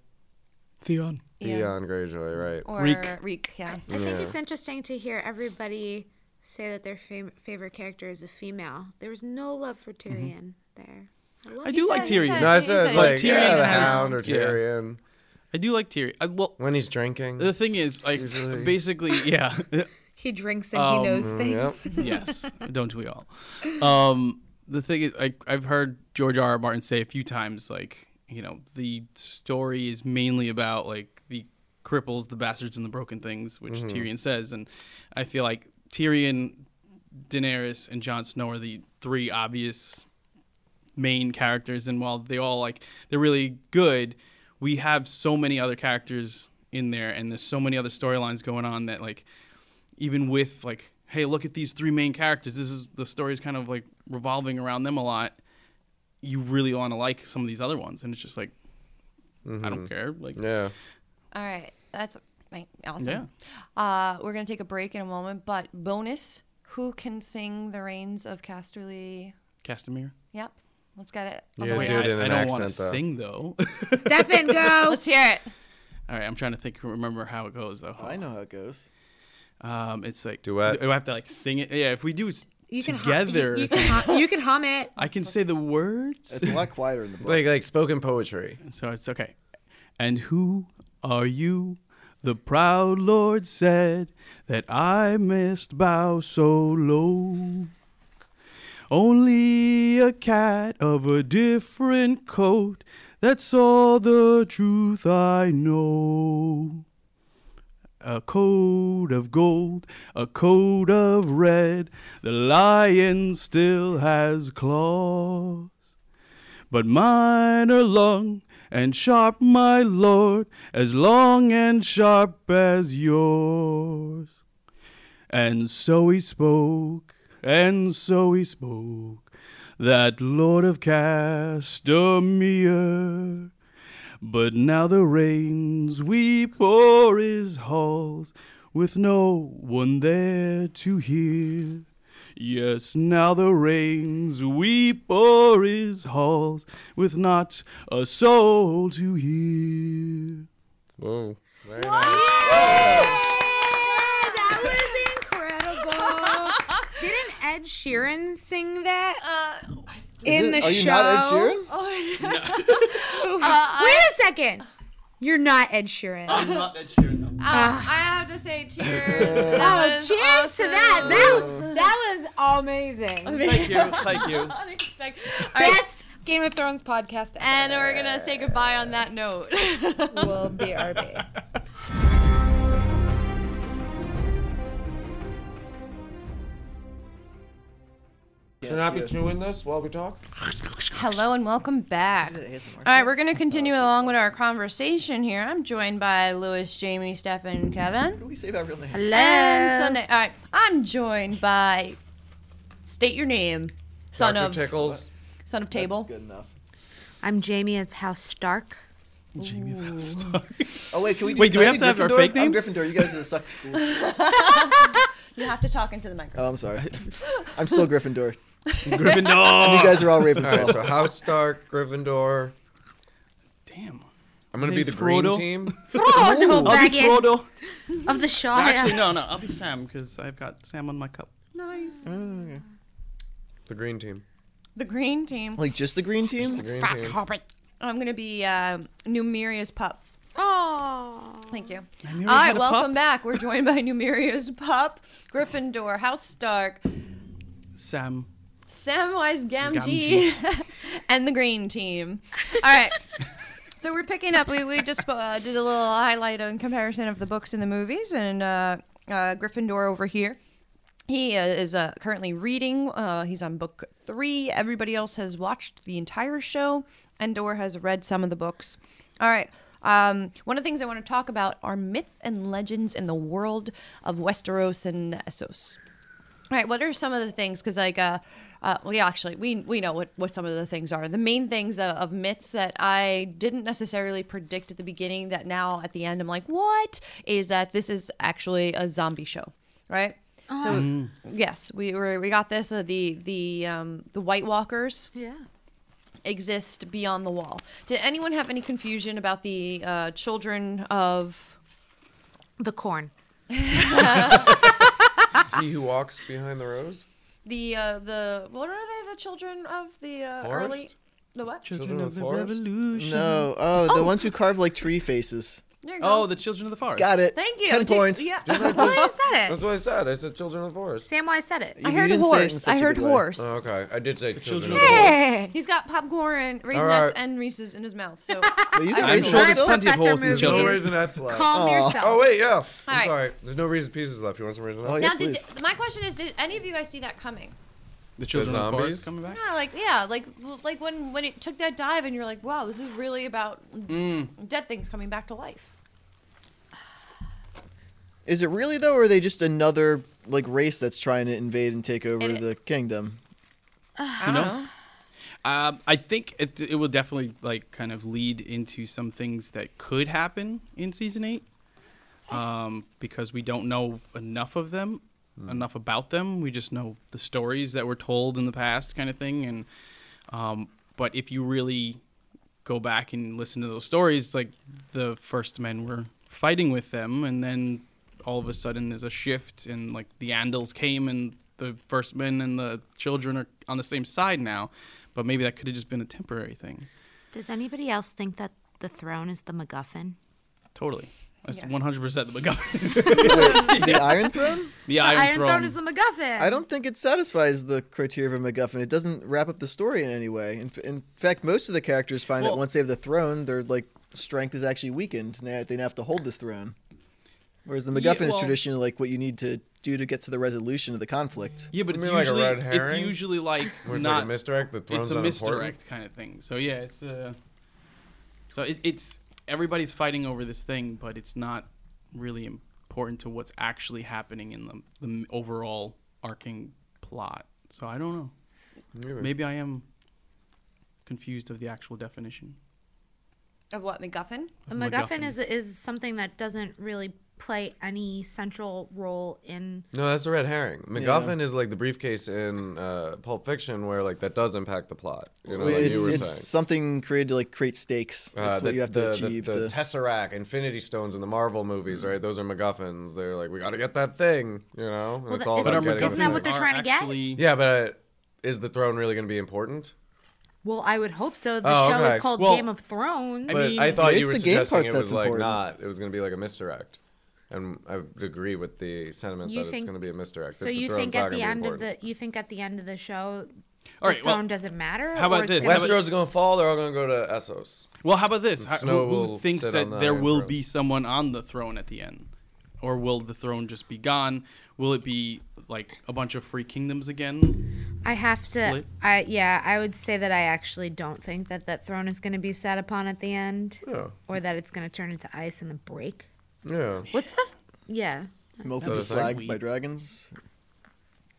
Theon. Theon Greyjoy, right? Or Reek. Reek, yeah. I think it's interesting to hear everybody say that their fam- favorite character is a female. There was no love for Mm-hmm. Tyrion there. I, love I do like he's Tyrion. had- No, I said He's like like- Tyrion yeah, Tyrion the has- Hound or yeah. Tyrion I do like Tyrion. I, well, when he's drinking. the thing is, like, Usually- basically, yeah, He drinks and Um, he knows mm, yep. things. yes, don't we all? Um, the thing is, I, I've heard George R. R. Martin say a few times, like, you know, the story is mainly about like the cripples, the bastards, and the broken things, which Tyrion says, and I feel like Tyrion, Daenerys, and Jon Snow are the three obvious main characters and while they all like they're really good we have so many other characters in there and there's so many other storylines going on that like even with like hey look at these three main characters this is the story's kind of like revolving around them a lot you really want to like some of these other ones and it's just like i don't care like Mm-hmm. yeah. All right, that's like, Yeah. awesome. Uh, we're gonna take a break in a moment, but bonus: who can sing the reigns of Casterly? castamere Yep, let's get it. Yeah, Wait, do it I, in I an don't want to accent, though. sing though Stefan, go. Let's hear it. all right i'm trying to think remember how it goes though I know how it goes. um it's like Duet. do i have to like sing it yeah if we do it You can hum- together you, you can hum, you can hum it. I can say the words. It's a lot quieter in the book. Like like spoken poetry. So it's okay. And who are you? The proud lord said that I must bow so low. Only a cat of a different coat. That's all the truth I know. A coat of gold, a coat of red. The lion still has claws but mine are long and sharp, my lord, as long and sharp as yours. And so he spoke, and so he spoke, that lord of Castamere. But now the rains we pour his halls, with no one there to hear. Yes, now the rains we pour his halls, with not a soul to hear. Whoa. Very That was incredible. Didn't Ed Sheeran sing that in Is it- the are show? you not Ed Sheeran? Wait a second. You're not Ed Sheeran. Ah. I have to say cheers. oh, cheers to that. That that was amazing. Thank you, thank you. Unexpected. Best Game of Thrones podcast ever. And we're gonna say goodbye on that note. will be RB. Should I be chewing this while we talk? Hello and welcome back. All right, we're gonna continue along with our conversation here. I'm joined by Lewis, Jamie, Stefan, Kevin. Can we say that real name? And Sunday. All right, I'm joined by. State your name. Son Dr. of Tickles. son of That's table. good enough. I'm Jamie of House Stark. Oh wait, can we? Do Wait, do can I we have be to have our Gryffindor? fake names? I'm Gryffindor. You guys are the suck schools. You have to talk into the microphone. Oh, I'm sorry. I'm still Gryffindor. You Gryffindor. guys are all All right, Ravenclaw. so House Stark, Gryffindor. Damn. I'm gonna be Name's the green Frodo. team. Frodo I'll be Baggins Frodo. of the Shaw. Actually, no, no, I'll be Sam because I've got Sam on my cup. Nice. The green team. The green team. like just the green team. The green team. I'm gonna be uh, Numeria's pup. Oh. Thank you. Numeria's All right, got a pup? welcome back. We're joined by Numeria's pup, Gryffindor, House Stark, Sam. Samwise Gamgee, and the Green Team. All right. So we're picking up. We, we just uh, did a little highlight on comparison of the books and the movies, and uh, uh, Gryffindor over here. He uh, is uh, currently reading. Uh, he's on book three. Everybody else has watched the entire show, and Dor has read some of the books. All right. Um, one of the things I want to talk about are myth and legends in the world of Westeros and Essos. All right, what are some of the things? Because like, uh, uh, well, yeah, actually, we we know what, what some of the things are. The main things uh, of, of myths that I didn't necessarily predict at the beginning that now at the end I'm like, what is that? This is actually a zombie show, right? So Mm-hmm. yes, we were, we got this. Uh, the the um, the White Walkers Yeah. exist beyond the wall. Did anyone have any confusion about the uh, children of? The corn. He who walks behind the rose. the uh, the what are they? The children of the uh, early Forest? the what? Children of the Forest? Revolution. No. Oh, the ones who carve like tree faces. There you go. Oh, the Children of the Forest. Got it. thank you. Ten Do- points. Yeah. Why is that it? That's what I said. I said children of the forest. Samwise said it. I you heard didn't say it in horse. such I a heard good way. horse. Oh, okay, I did say children, children of the forest. Hey. He's got popcorn, raisinets, right. and Reese's in his mouth. So, all But you can I'm raise sure yourself there's I'm up. plenty of Oh, Professor holes in the Movies. No children. raisinets left. Calm yourself. Oh wait, yeah. I'm right. sorry. There's no raisin pieces left. You want some raisin Oh, left? yes, now, did, please. my question is: Did any of you guys see that coming? The Children of the zombies? Forest coming back. Yeah, like yeah, like like when when it took that dive, and you're like, wow, this is really about Mm. dead things coming back to life. Is it really though, or are they just another like race that's trying to invade and take over It- the kingdom? Who knows? Um, I think it, it will definitely like kind of lead into some things that could happen in season eight, um, because we don't know enough of them, enough about them. We just know the stories that were told in the past, kind of thing. And um, but if you really go back and listen to those stories, like the first men were fighting with them, and then all of a sudden there's a shift, and like the Andals came, and the first men and the children are on the same side now. But maybe that could have just been a temporary thing. Does anybody else think that the throne is the MacGuffin? Totally. That's Yes. 100% the MacGuffin. The Iron Throne? the The Iron, Iron Throne. Throne is the MacGuffin. I don't think it satisfies the criteria of a MacGuffin. It doesn't wrap up the story in any way. In, in fact, most of the characters find that Well- once they have the throne, their like strength is actually weakened, and they, they have to hold this throne. Whereas the MacGuffin is well- traditionally like what you need to do to get to the resolution of the conflict. yeah, but You it's mean like a usually, red it's herring? usually like Where it's like not a misdirect. The throne's it's a not important? misdirect kind of thing. So yeah, it's a. So it, it's everybody's fighting over this thing, but it's not really important to what's actually happening in the the m- overall arcing plot. So I don't know. Maybe. Maybe I am confused of the actual definition. Of what MacGuffin? The The MacGuffin MacGuffin. is is something that doesn't really play any central role in. No, that's the red herring. MacGuffin is like the briefcase in uh, Pulp Fiction, where like that does impact the plot. You know, like it's you were it's saying. something created to like create stakes. Uh, That's the, what you have the- to the- achieve. The, to- Tesseract, Infinity Stones in the Marvel movies, right? Those are MacGuffins. They're like, we got to get that thing, you know? And it's that- all about But our getting the Isn't that thing. what they're are trying to get? actually- Yeah, but uh, is the throne really going to be important? Well, I would hope so. The Oh, show okay. is called Well, Game of Thrones. I But mean- I thought It's you were the game part suggesting it was that's like important. not. It was going to be like a misdirect. And I would agree with the sentiment You that it's think- going to be a misdirect. so that you throne's think not at gonna the be end of important. the you think at the end of the show, the All right, throne well- doesn't matter. How about Or it's this? gonna West- be- Westeros is going to fall. They're all going to go to Essos. Well, how about this? How, Snow who, who will thinks sit that on the there Iron will Throne. be someone on the throne at the end, or will the throne just be gone? Will it be like a bunch of free kingdoms again? I have to. Split? I yeah. I would say that I actually don't think that that throne is going to be sat upon at the end, Yeah. or that it's going to turn into ice in the break. Yeah. What's the? Yeah. Melted That the was slag sweet. by dragons.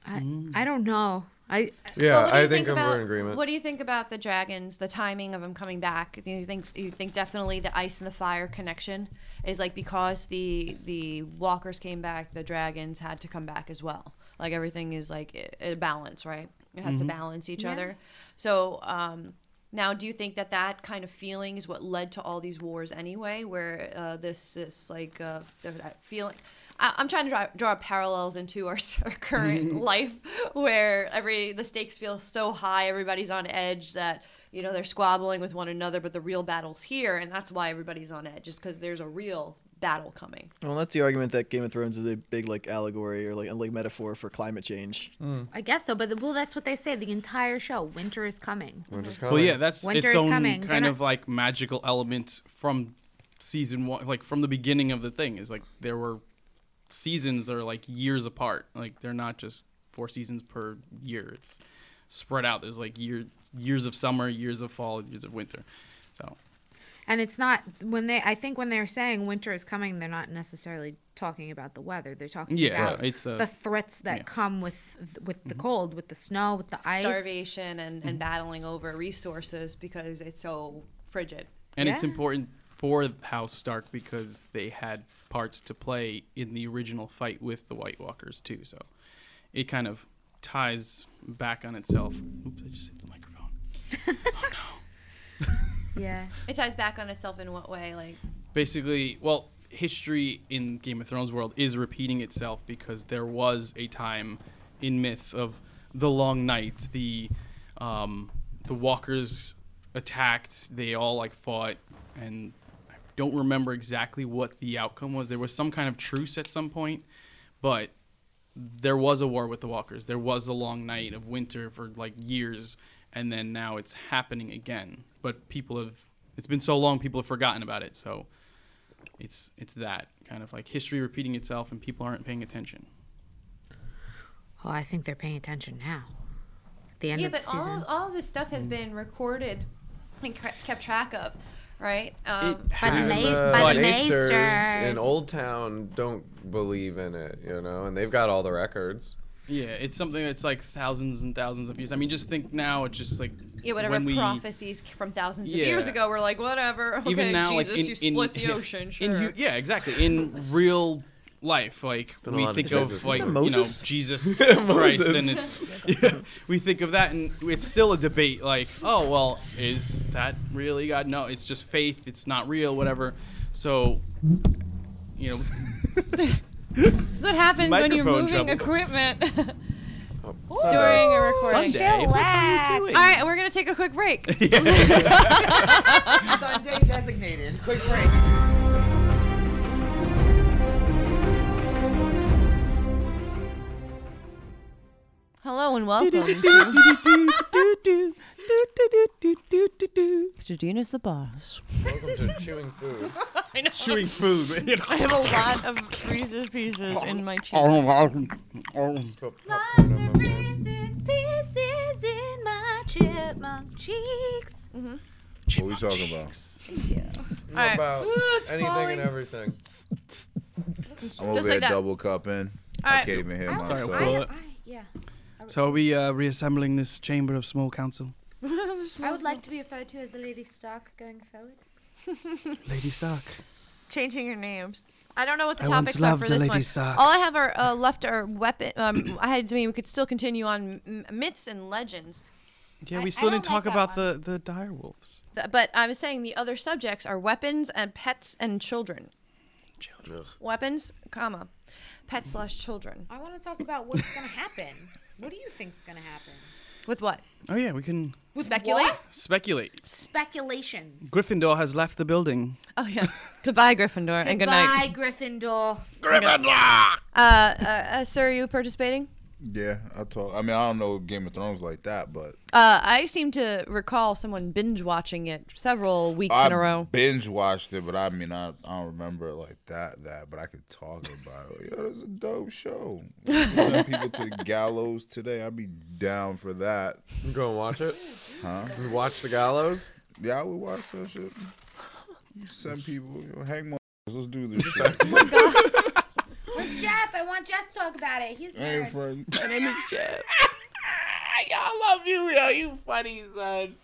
I, I don't know. I Yeah, what do I you think, I'm- about- we're in agreement. What do you think about the dragons? The timing of them coming back. Do you think you think definitely the ice and the fire connection is like because the the walkers came back, the dragons had to come back as well. Like everything is like a a balance, right? It has to balance each other. So um, now, do you think that that kind of feeling is what led to all these wars anyway? Where uh, this this like uh, th- that feeling. I- I'm trying to draw, draw parallels into our, our current life, where every the stakes feel so high, everybody's on edge that you know they're squabbling with one another, but the real battle's here, and that's why everybody's on edge, is because there's a real battle coming. Well, that's the argument that Game of Thrones is a big like allegory or like a like metaphor for climate change. I guess so. But the, well, that's what they say. The entire show, winter is coming. We're just Well, calling. yeah, that's Winter its is own coming. They're kind not- of like magical element from season one, like from the beginning of the thing. Is like there were seasons are like years apart. Like they're not just four seasons per year. It's spread out. There's like year years of summer, years of fall, years of winter. So And it's not when they. I think when they're saying winter is coming, they're not necessarily talking about the weather. They're talking Yeah, about right. It's a- the threats that yeah. Mm-hmm. come with with the cold, with the snow, with the ice. Starvation and, and battling over resources because it's so frigid. And it's Yeah. important for House Stark because they had parts to play in the original fight with the White Walkers too. So it kind of ties back on itself. Oops, I just hit the microphone. oh Yeah. It ties back on itself in what way? Like, basically, well, history in Game of Thrones world is repeating itself because there was a time in myth of the Long Night, the um, the Walkers attacked, they all like fought, and I don't remember exactly what the outcome was. There was some kind of truce at some point, but there was a war with the walkers there was a long night of winter for like years and then now it's happening again but people have it's been so long people have forgotten about it so it's it's that kind of like history repeating itself and people aren't paying attention Well, I think they're paying attention now. The end yeah, of the but season. all all this stuff Mm. has been recorded and cre- kept track of, right? Um, But Has- Mace- the but Maesters Maesters. in Old Town don't believe in it, you know, and they've got all the records. yeah it's something that's like thousands and thousands of years i mean just think now it's just like yeah, whatever when we- prophecies from thousands of Yeah. years ago were like, whatever. Okay, even now Jesus, like in, you in- split the ocean. Sure. in hu- yeah exactly in real life like been a we lot of think Jesus. of Isn't like that you know Moses? jesus christ and it's yeah, we think of that and it's still a debate like oh well is that really god no it's just faith it's not real whatever so you know This is what happens when you're Microphone moving trouble. equipment during Sorry. a recording. sunday what are you doing All right, we're gonna take a quick break. Sunday designated. Quick break. Hello and welcome. Jadina's the boss. Welcome to chewing food. I know. chewing food you know. I have a lot of Reese's pieces Oh. in my cheek. Just put popcorn on my face. pieces in my chipmunk cheeks. What are we talking about? It's All right. about anything falling. and everything. I'm over like here that. double cupping. All I right. can't even hear myself. sorry, Will. But- yeah. so are we uh, reassembling this chamber of small council I would like to be referred to as a lady stock going forward. lady sark Changing your names. I don't know what the I once topics are loved for a this lady one. sock. All I have are uh, left are weapon. Um, I had I mean we could still continue on m- myths and legends, yeah I- we I still don't need to talk like that about the the dire wolves Th- but I'm saying the other subjects are weapons and pets and children. Children. Weapons, comma, pets slash children. Oh. I want to talk about what's going to happen. what do you think's going to happen? With what? oh yeah we can Speculate. speculate Speculations. gryffindor has left the building Oh yeah. Goodbye, Gryffindor, and good night. Bye, Gryffindor. Uh, uh, uh, sir, are you participating? Yeah, I talk. I mean, I don't know Game of Thrones like that, but Uh, I seem to recall someone binge watching it several weeks I in a row. binge watched it. But I mean, I, I don't remember it like that. That, but I could talk about it. Yo, that's a dope show. Send people to the gallows today. I'd be down for that. You go and watch it. Huh? You watch the gallows. Yeah, I would watch that shit. Send people. Yo, hang my. Let's do this shit. Where's Jeff? I want Jeff to talk about it. He's hey, married. friend. Wait,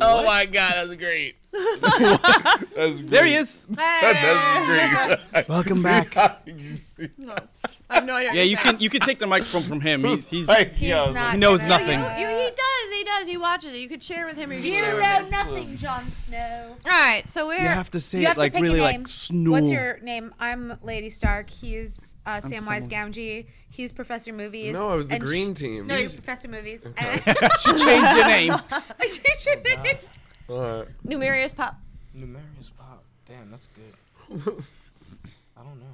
oh my god, That's great. there he is. That's great. Welcome back. I have no idea. yeah, you can you can take the microphone from him. He's he's Like, yo, He's not he knows gonna- nothing. You, he does. He does. He watches it. You could share with him or you You can share with know nothing, Jon Snow. All right, so we're. you have to say You have it like to pick really a like name. snore. What's your name? I'm Lady Stark. He's uh, Samwise someone- Gamgee. He's Professor Movies. No, I was the and green sh- team. No, you're He's- Professor Movies. Uh, she changed your name. I changed your name. Alright. Numerius Pop. Numerius pop. Damn, that's good. I don't know.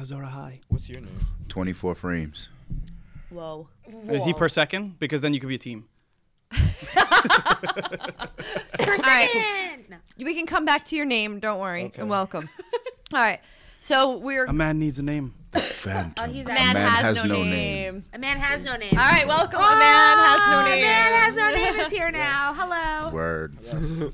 Azora High. What's your name? 24 frames. Whoa. Is he per second? Because then you could be a team. All right, And- no. we can come back to your name. Don't worry. Okay. And welcome. All right, so we're. A man needs a name. Phantom. Oh, he's A a- man, man has, has no, no name. A man has no name. All right, welcome. a man has no Oh, name. A man has no name is here now. Hello. Word.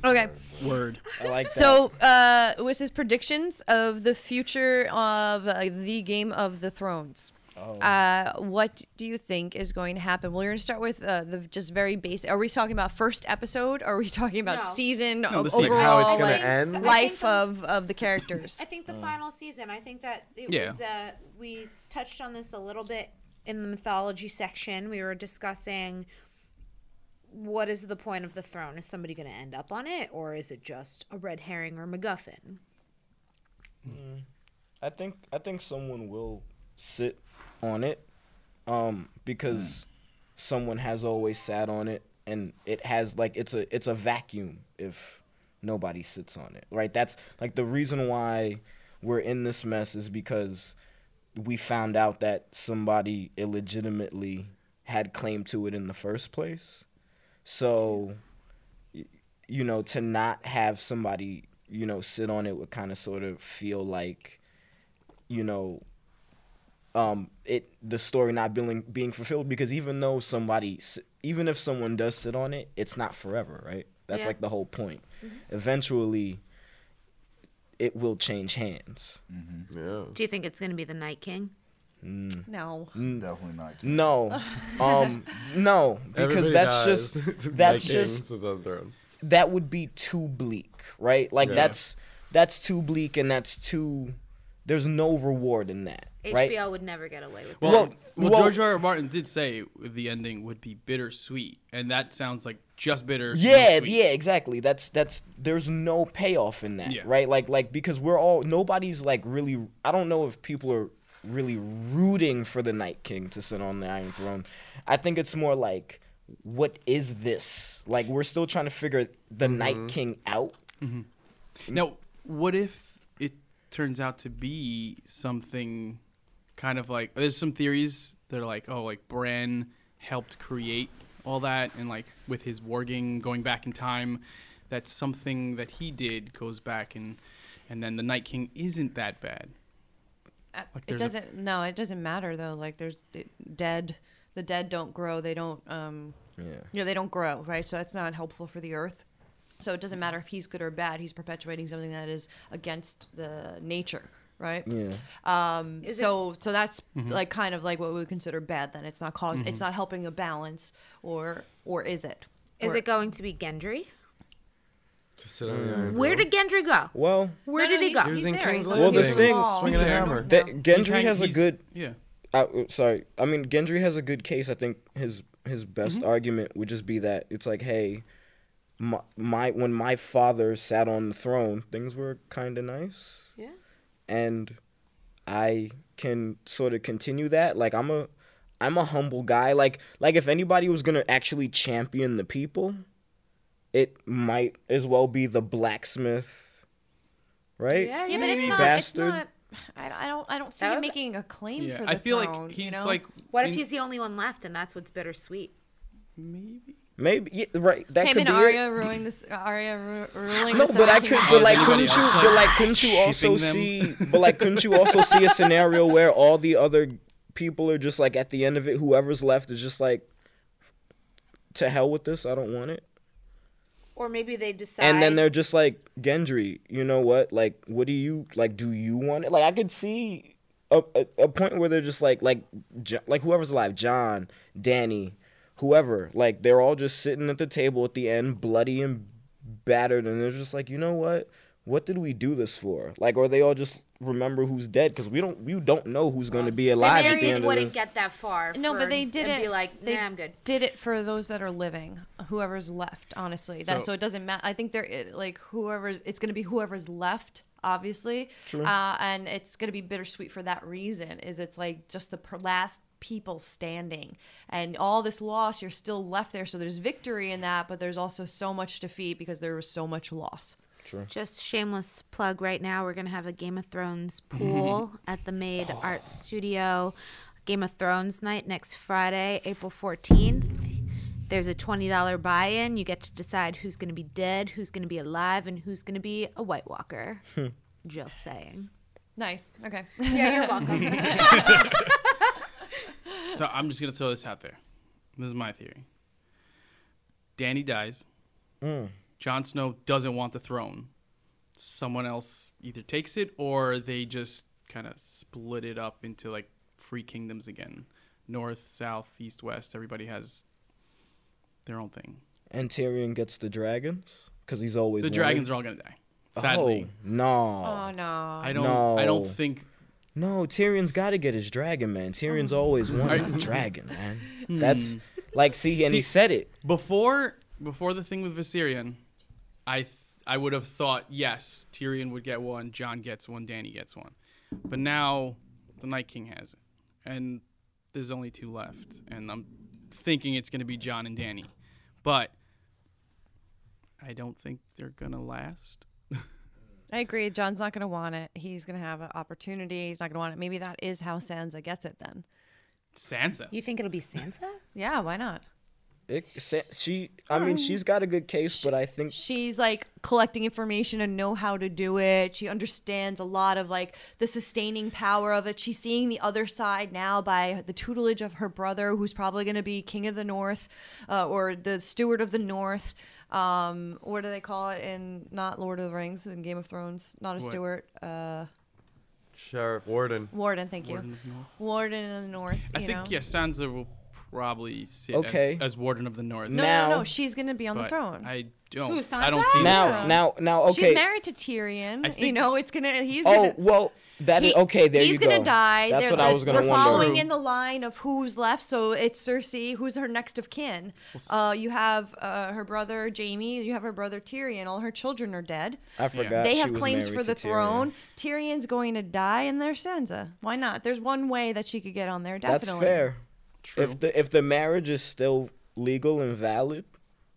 Okay, Word. I like so uh, what's his predictions of the future of uh, the Game of the Thrones? Oh. Uh, what do you think is going to happen? Well, we're going to start with uh, the just very basic. Are we talking about first episode? Are we talking about No. season? No, o- this is overall, like how it's gonna like, end? I think Life the- of, of the characters. I Uh. think the final season. I think that it Yeah. was. Uh, we touched on this a little bit in the mythology section. We were discussing what is the point of the throne? Is somebody going to end up on it, or is it just a red herring or MacGuffin? I think I think someone will sit on it um, because someone has always sat on it, and it has like it's a it's a vacuum if nobody sits on it, right? That's like the reason why we're in this mess is because we found out that somebody illegitimately had claim to it in the first place. So you know, to not have somebody, you know, sit on it would kind of sort of feel like, you know, um, it the story not being being fulfilled because even though somebody, s- even if someone does sit on it, it's not forever, right? That's Yeah. like the whole point. Eventually, it will change hands. Yeah. Do you think it's going to be the Night King? No. Definitely not. No, um, no, Everybody because that's dies to just that's Night King just sits on the throne. that would be too bleak, right? Like Yeah. that's that's too bleak and that's too there's no reward in that, right? HBO would never get away with Well, Well- well, well- George R. R. Martin did say the ending would be bittersweet, and that sounds like just bitter. no Yeah, sweet. yeah, exactly. That's that's there's no payoff in that, Yeah. right? Like like because we're all nobody's like really I don't know if people are really rooting for the Night King to sit on the Iron Throne. I think it's more like what is this? Like we're still trying to figure the Night King out. Now, what if it turns out to be something kind of like there's some theories that are like, oh, like Bran helped create all that, and like with his warging going back in time, that something that he did goes back and and then the Night King isn't that bad. Like it there's a- doesn't. no, it doesn't matter though. Like there's it, dead. The dead don't grow. They don't. Um, yeah. You know they don't grow, right? So that's not helpful for the earth. So it doesn't matter if he's good or bad. He's perpetuating something that is against the nature, right? Yeah. Um. so so that's like kind of like what we would consider bad. Then it's not because It's not helping a balance, or or is it? it. Is Or- it going to be Gendry? To sit Mm. on the Iron Where Throne. did Gendry go? Well, Where No, did no, he go? he's- He was he's in there. He's King's on Landing. Well, the King's thing- Wall. swinging He's a there. hammer. He's that there. Gendry He's hang- has a he's- good yeah. I, uh, sorry. I mean, Gendry has a good case. I think his his best Mm-hmm. argument would just be that it's like, hey, my, my when my father sat on the throne, things were kind of nice. Yeah. And I can sort of continue that. Like I'm a I'm a humble guy. Like like if anybody was gonna actually champion the people, it might as well be the blacksmith, right? Yeah, but it's not. Bastard. It's not. I I don't. I don't see That him would- making a claim Yeah, for the I feel throne, like you he's know? like What if in- he's the only one left, and that's what's bittersweet? maybe Maybe yeah, right. That him could and be it. Arya ruling this. Arya ru- ruling. No, this but I out. could, but like, Everybody couldn't you, else, but like, like, couldn't you also shipping them. see, but like, couldn't you also see a scenario where all the other people are just like at the end of it, whoever's left is just like, to hell with this, I don't want it, Or maybe they decide. and then they're just like Gendry, you know what? Like, what do you like? Do you want it? Like, I could see a a, a point where they're just like, like, J- like whoever's alive, John, Danny, whoever, like they're all just sitting at the table at the end, bloody and battered and they're just like you know what what did we do this for like or they all just remember who's dead because we don't we don't know who's going to be alive They at the just end of wouldn't this. get that far. No, for- but they did and it. Be like, they nah, I'm good. Did it for those that are living, whoever's left. Honestly, so, that, So- so it doesn't matter. I think they're it, like whoever's. It's going to be whoever's left, obviously. True. Uh, and it's going to be bittersweet for that reason. Is it's like just the per- last people standing, and all this loss, you're still left there. So there's victory in that, but there's also so much defeat because there was so much loss. Just shameless plug right now. We're gonna have a Game of Thrones pool at the Made Art Studio. Game of Thrones night next Friday, April 14th. There's a $20 buy in. You get to decide who's going to be dead, who's going to be alive, and who's going to be a White Walker. Just saying. Nice. Okay. Yeah, you're welcome. So I'm just gonna throw this out there. This is my theory. Danny dies. Jon Snow doesn't want the throne. Someone else either takes it or they just kind of split it up into like free kingdoms again. North, south, east, west. Everybody has their own thing. and Tyrion gets the dragons because he's always The wanted. dragons are all gonna die. Sadly, oh, no oh no. I don't. No. I don't think. Oh. Hmm. No, Tyrion's got to get his dragon, man. Tyrion's always wanted a dragon, man. That's Like, see, and he See, said it. Before before the thing with Viserion, I th- I would have thought yes, Tyrion would get one, John gets one, Danny gets one, but now the Night King has it, and there's only two left, and I'm thinking it's gonna be John and Danny, but I don't think they're gonna last. I agree. John's not going to want it. He's going to have an opportunity. He's not going to want it. Maybe that is how Sansa gets it then. Sansa. You think it'll be Sansa? Yeah, why not? it sa- she, I mean, she's got a good case, but I think She's like collecting information and know how to do it. She understands a lot of like the sustaining power of it. She's seeing the other side now by the tutelage of her brother, who's probably going to be king of the north uh, or the steward of the north. Um, what do they call it in not Lord of the Rings in Game of Thrones? Not a What? steward. Uh, Sheriff Warden. warden, thank you. Warden of the North. Warden of the north. I you think know? yeah, Sansa will probably sit Okay. as, as Warden of the North. No, no, Now- no. She's gonna be on the but throne. I don't. Who, I don't Sansa? see now, Yeah. now, now, okay. She's married to Tyrion. I you think- know, it's gonna. He's oh gonna. well, that is he- okay. There he's you go. gonna die. That's They're- what I was gonna We're wonder. following in the line of who's left, so it's Cersei, who's her next of kin. Uh, you have uh, her brother Jamie. You have her brother Tyrion. All her children are dead. I forgot. they she have was claims married for the to Tyrion. throne. Tyrion's going to die, and there's Sansa. Why not? There's one way that she could get on there. Definitely. That's fair. True. If the if the marriage is still legal and valid,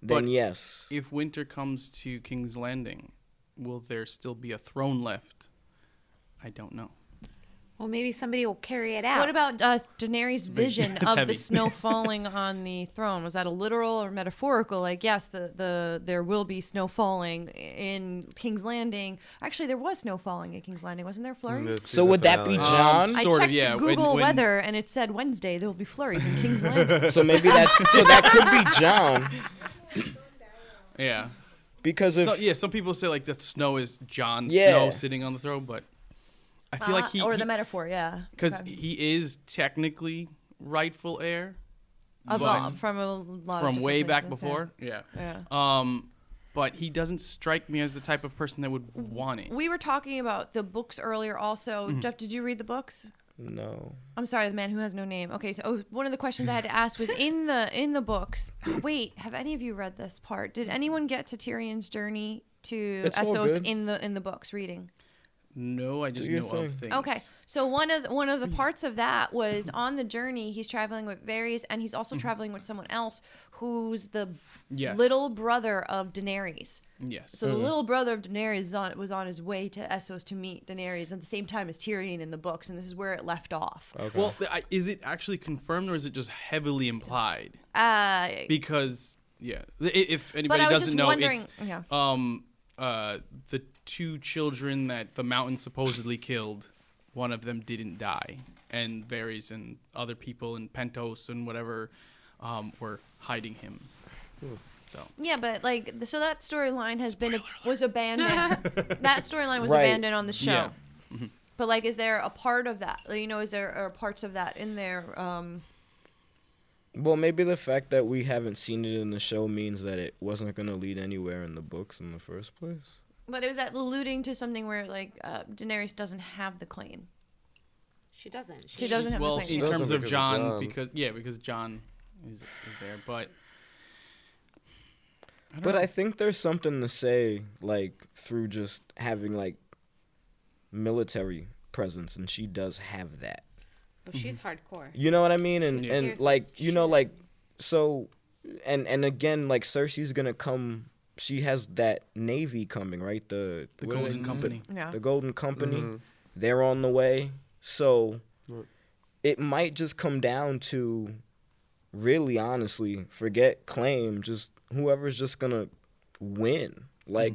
then But yes. if winter comes to King's Landing, will there still be a throne left? I don't know. Well, maybe somebody will carry it out. What about uh, Daenerys' vision That's of the heavy. snow falling on the throne? Was that a literal or metaphorical? Like, yes, the, the there will be snow falling in King's Landing. Actually, there was snow falling at King's Landing, wasn't there? Flurries. This So season would that be finale. John? Um, I Mm, sort checked of, yeah. when- Google when- weather, and it said Wednesday there will be flurries in King's Landing. So maybe that so that could be John Yeah. because if So, yeah, some people say like that snow is Jon Yeah. Snow sitting on the throne, but I feel like he Uh, or the metaphor, yeah, because he is technically rightful heir Of but- all- from a lot of from different way back places, yeah. before. Yeah. Yeah. Um, but he doesn't strike me as the type of person that would want it. We were talking about the books earlier. Also, Mm-hmm. Jeff, did you read the books? no. I'm sorry, the man who has no name. Okay, so oh, one of the questions I had to ask was in the in the books. Wait, have any of you read this part? Did anyone get to Tyrion's journey to It's all Essos good. in the in the books reading? No, I just Do your know of thing. things. Okay, so one of one of the parts of that was on the journey. He's traveling with Varys, and he's Mm-hmm. also traveling with someone else who's the Yes. little brother of Daenerys. Yes. So the little brother of Daenerys is on, was on his way to Essos to meet Daenerys at the same time as Tyrion in the books, and this is where it left off. Well, th- I- is it actually confirmed or is it just heavily implied? Uh, because yeah, th- i- if anybody I was doesn't just know, wondering- it's yeah. um uh the two children that the mountain supposedly killed, one of them didn't die, and Varys and other people and Pentos and whatever um, were hiding him. Hmm. So Yeah, but like, th- so that storyline has been was abandoned. that storyline was Right. abandoned on the show. Yeah. But like, is there a part of that? like, You know, is there are parts of that in there? Um, Well, maybe the fact that we haven't seen it in the show means that it wasn't gonna lead anywhere in the books in the first place. but it was that alluding to something where like uh, Daenerys doesn't have the claim. She doesn't. She, She doesn't have well, the claim. in Doesn't terms of because of John, Jon. because yeah, because John is is there, but But I think there's something to say like through just having like military presence, and she does have that. oh, she's hardcore. You know what I mean? And and Here's- like you know like so and and again like Cersei's gonna come she has that navy coming, right? The the what are Golden they- Company. Yeah. The Golden Company. They're on the way. So it might just come down to really honestly, forget claim, just whoever's just gonna win. Like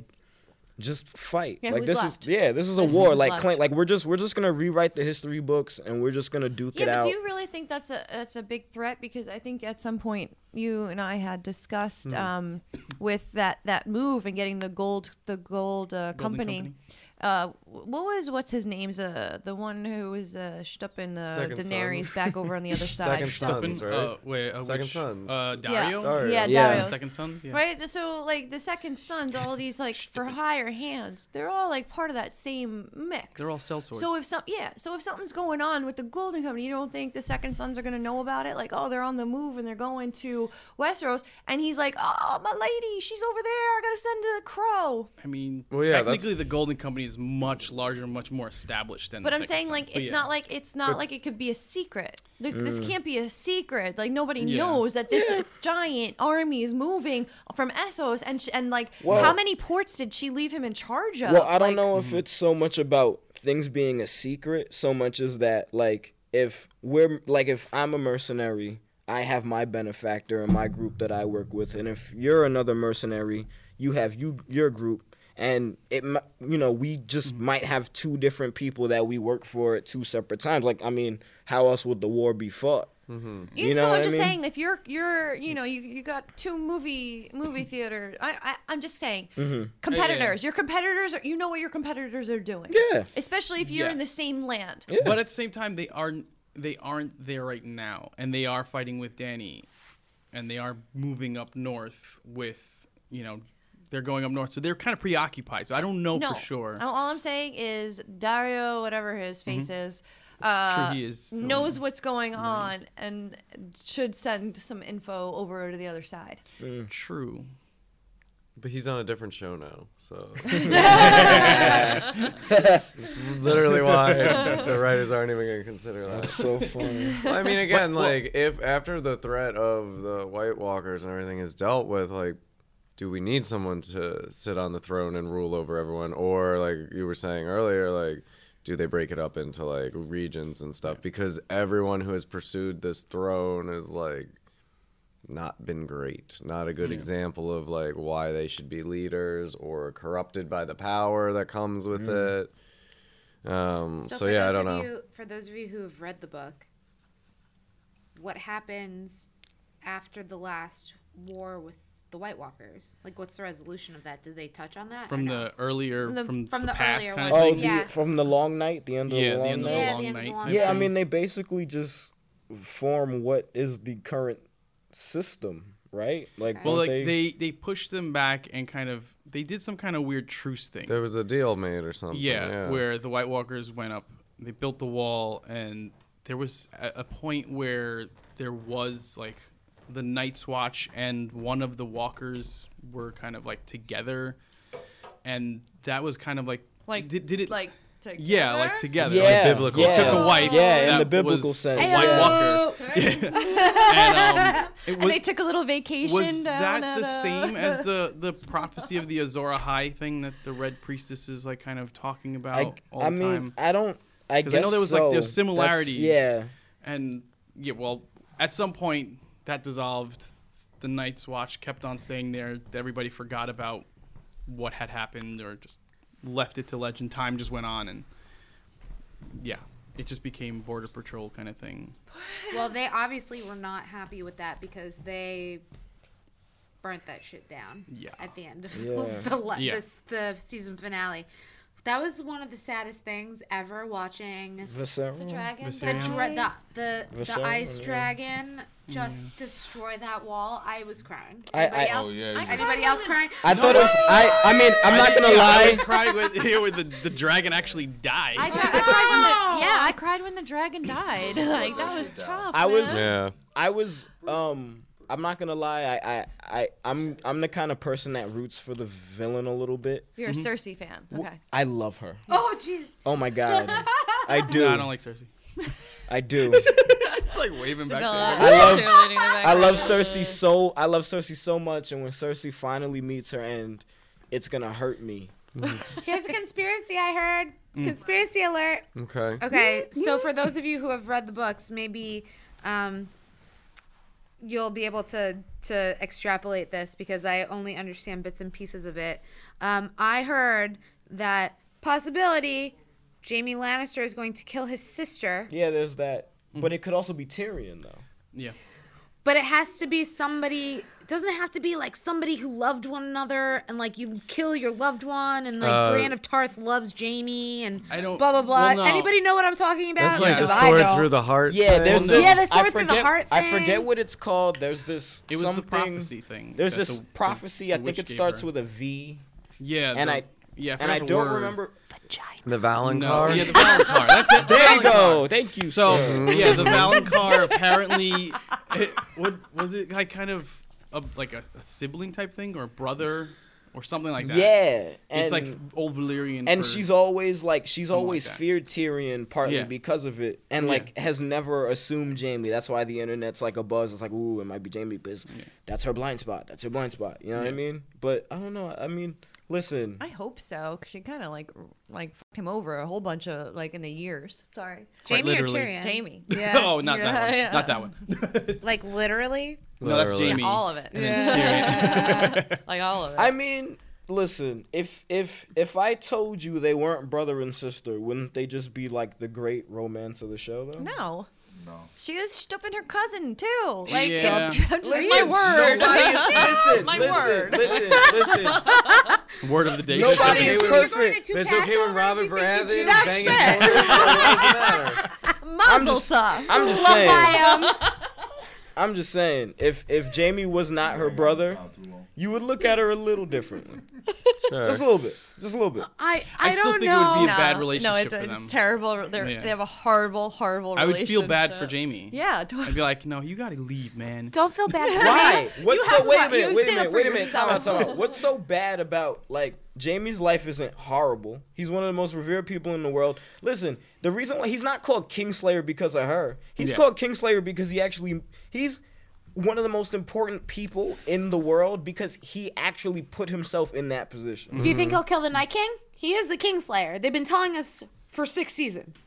just fight. Yeah, like who's this left? is yeah, this is a This is war. who's Like left. claim like we're just we're just gonna rewrite the history books and we're just gonna duke Yeah, it but out. do you really think that's a that's a big threat? Because I think at some point you and I had discussed um, with that that move and getting the gold the gold uh, company, Company. Uh, what was what's his name's uh the one who was uh shut up in uh, Second Daenerys son. back over on the other side. Second sons, Stupid. right? Uh, wait, uh, Second which- sons. uh, Yeah, Dario? yeah, Yeah. Dario. Second son, yeah. Right. So like the second sons, all these like for hire hands, they're all like part of that same mix. They're all sellswords. So if some yeah, so if something's going on with the Golden Company, you don't think the second sons are gonna know about it? Like oh, they're on the move and they're going to Westeros, and he's like oh my lady, she's over there. I gotta send a crow. I mean, Well, yeah, that's- technically, the Golden Company is much larger, much more established than. But the I'm Second saying Sons, like but it's yeah. not like it's not But- like it could be a secret. Like this Mm. can't be a secret. Like nobody Yeah. knows that this giant army is moving from Essos and sh- and like how Well- many ports did she leave him in charge of? Well, I don't Like, know Mm-hmm. if it's so much about things being a secret so much as that like if we're like if I'm a mercenary, I have my benefactor and my group that I work with, and if you're another mercenary, you have you your group, and it mi- you know we just Mm-hmm. might have two different people that we work for at two separate times. Like I mean, how else would the war be fought? Mm-hmm. You, know, I'm just saying if you're you're you know you, you got two movie movie theater. I, I I'm just saying Mm-hmm. Mhm. competitors. Your competitors are you know what your competitors are doing. Yeah. Especially if you're in the Yes. same land. But at the same time, they aren't they aren't there right now, and they are fighting with Danny, and they are moving up north with you know they're going up north, so they're kind of preoccupied. So I don't know Oh, for sure. Mm-hmm. All- All I'm saying is Dario, whatever his face is, uh, Sure, he is still- knows what's going on and should send some info over to the other side. True. But he's on a different show now, so That's that's literally why the writers aren't even going to consider that. That's so funny. Well, I mean, But- again, well- like if after the threat of the White Walkers and everything is dealt with, like, do we need someone to sit on the throne and rule over everyone, or like you were saying earlier, like? Do they break it up into like regions and stuff? Because everyone who has pursued this throne is like not been great. Not a good Yeah. example of like why they should be leaders or corrupted by the power that comes with Mm. it. Um, so, for yeah, I those don't know. of You, for those of you who have read the book, what happens after the last war with the White Walkers? Like, what's the resolution of that? Did they touch on that? From the earlier, The- from, from the, the past earlier kind one. of Oh, thing. the, Yeah. from the long night, the end of Yeah, the the long end of the night. Yeah, the end of the long Yeah, I night. mean they basically just form what is the current system, right? Like, Well, don't like they they pushed them back and kind of they did some kind of weird truce thing. There was a deal made or something. yeah, Yeah, where the White Walkers went up, they built the wall, and there was a, a point where there was like the Night's Watch and one of the Walkers were kind of like together, and that was kind of like like did, did it Like together? yeah like together Yeah, like, biblical he took a sense. wife Yeah, in that the biblical was sense. a White Walker and um, it And was they took a little vacation. was down that at uh, the a- same as the the prophecy of the Azora High thing that the Red Priestess is like kind of talking about I, all I the mean, time? I don't. I 'Cause guess I know there was so. like That's- there's similarities. Yeah, And yeah, well, at some point that dissolved. The Night's Watch kept on staying there. Everybody forgot about what had happened or just left it to legend. Time just went on and yeah, it just became Border Patrol kind of thing. well, they obviously were not happy with that because they burnt that shit down. Yeah. At the end of Yeah. the le- Yeah. this- the season finale, that was one of the saddest things ever watching. Visceral. The dragon. The, Viserion? dra- the, the, the Viserion, ice yeah. dragon Mm-hmm. just destroy that wall. I was crying. I- Anybody I- else? Oh, yeah, yeah. Anybody else crying? I thought it was. I. I mean, I'm not gonna Yeah, I lie. was crying with, here with the, the dragon actually died. I, dra- I cried when the, yeah, I cried when the dragon died. Like that was tough. I was man. Yeah. I was um I'm not gonna lie, I, I, I I'm I'm the kind of person that roots for the villain a little bit. You're Mm-hmm. a Cersei fan. Okay. I love her. Oh, jeez. Oh my god. I do. No, I don't like Cersei. I do. It's like waving back Isabella. there. I love Uh, Cheerleading in the I love background. Cersei so I love Cersei so much and when Cersei finally meets her end, it's gonna hurt me. Here's a conspiracy I heard. Conspiracy alert. Okay. Okay, so for those of you who have read the books, maybe um, you'll be able to to extrapolate this because I only understand bits and pieces of it. Um, I heard that possibility Jamie Lannister is going to kill his sister. Yeah, there's that. But it could also be Tyrion though. Yeah. But it has to be somebody. Doesn't it have to be like somebody who loved one another and like you kill your loved one and like Uh, Brienne of Tarth loves Jamie and I don't- blah blah blah. well, no. Anybody know what I'm talking about? That's like the Because I sword don't. through the heart. Yeah, thing. there's no. this. Yeah, the I sword through the forget, heart I forget thing. what it's called. There's this. It was the something- prophecy thing There's that this the- the- prophecy. I the think witch it gave starts her. with a V, Yeah. and the- I Yeah. I and I forgot the don't word. remember. the Valen No. card. Yeah, the Valencar. That's it. There you Valencar. go. Thank you. So sir. yeah, the Valencar apparently it, what was it like kind of a, like a, a sibling type thing or a brother or something like that. yeah, and, It's like old Valyrian. and for- she's always like she's Something like always that. feared Tyrion partly Yeah. because of it, and Yeah. like has never assumed Jamie. That's why the internet's like a buzz. It's like ooh, it might be Jamie because that's her blind spot. That's her blind spot. You know what I Yeah. mean? But I don't know. I mean, listen. I hope so, because she kind of like r- like fucked him over a whole bunch of like in the years. Sorry, Quite Jamie or literally. Tyrion? Jamie. oh, not that one. Not that one. Like literally. No, that's Literally. Jamie. all of it. And then Tyrion. like all of it. I mean, listen, if if if I told you they weren't brother and sister, wouldn't they just be like the great romance of the show though? no. No. She was stooping her cousin too. Like Yeah. I'm just Listen, my word. nobody is- listen, My listen, word. listen, listen. Word of the day. Nobody okay is when- perfect. But it's okay when Robin Baratheon That's banging it. doors, so it doesn't matter. I'm Muzzle just- soft. I'm just saying. I'm just saying. If if Jamie was not her brother, Not too long. you would look at her a little differently. Sure. Just a little bit. Just a little bit. I I, I still don't think it know. would be a No, bad No, relationship it's, for it's them. terrible. They're, Yeah. They have a horrible, horrible. I would feel bad for relationship. Jamie. Yeah, I'd be like, no, you gotta leave, man. Don't feel bad. for me. Why? What's so have wait a right- minute, you wait a stand up minute, for wait a minute, time out, yourself. time out. What's so bad about like Jamie's life isn't horrible. He's one of the most revered people in the world. Listen, the reason why he's not called Kingslayer because of her. He's Yeah. called Kingslayer because he actually he's one of the most important people in the world because he actually put himself in that position. Do you think he'll kill the Night King? He is the Kingslayer. They've been telling us for six seasons.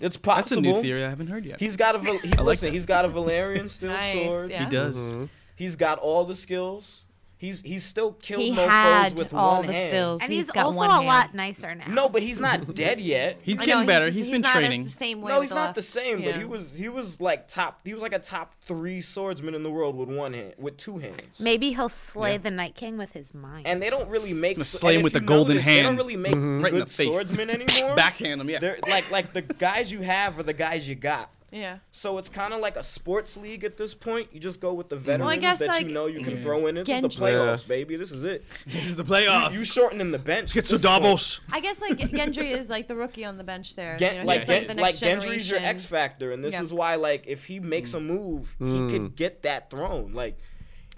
It's possible. That's a new theory I haven't heard yet. He's got a Val- he, listen. He's got a Valerian steel Nice, sword. yeah. he does. Mm-hmm. He's got all the skills. He's he's still killed He no had foes with all one the hand. stills. And He's he's, got also one a hand. lot nicer now. No, but he's not dead yet. I He's know, getting better. just- he's been not as training. The same way no, with he's the not left. the same, but Yeah. he was he was like top. He was like a top three swordsman in the world with one hand, with two hands. Maybe he'll slay the Night King with his mind. And they don't really make Gonna so- slay and him if with you the golden notice, They don't hand. really make Right in the good face. swordsmen anymore. Backhand him, yeah. They're like like the guys you have are the guys you got. Yeah. So it's kind of like a sports league at this point. You just go with the veterans guess, that like, you know you can Yeah. throw in. This is the Genji. playoffs, baby. This is it. this is the playoffs. You shortening the bench. Get at to this point. Davos. I guess like Gendry is like the rookie on the bench there. Gen- you know, like he's, Gen- the like next Gendry's your generation. X factor, and this Yeah. is why like if he Mm. makes a move, he could get that throne. Like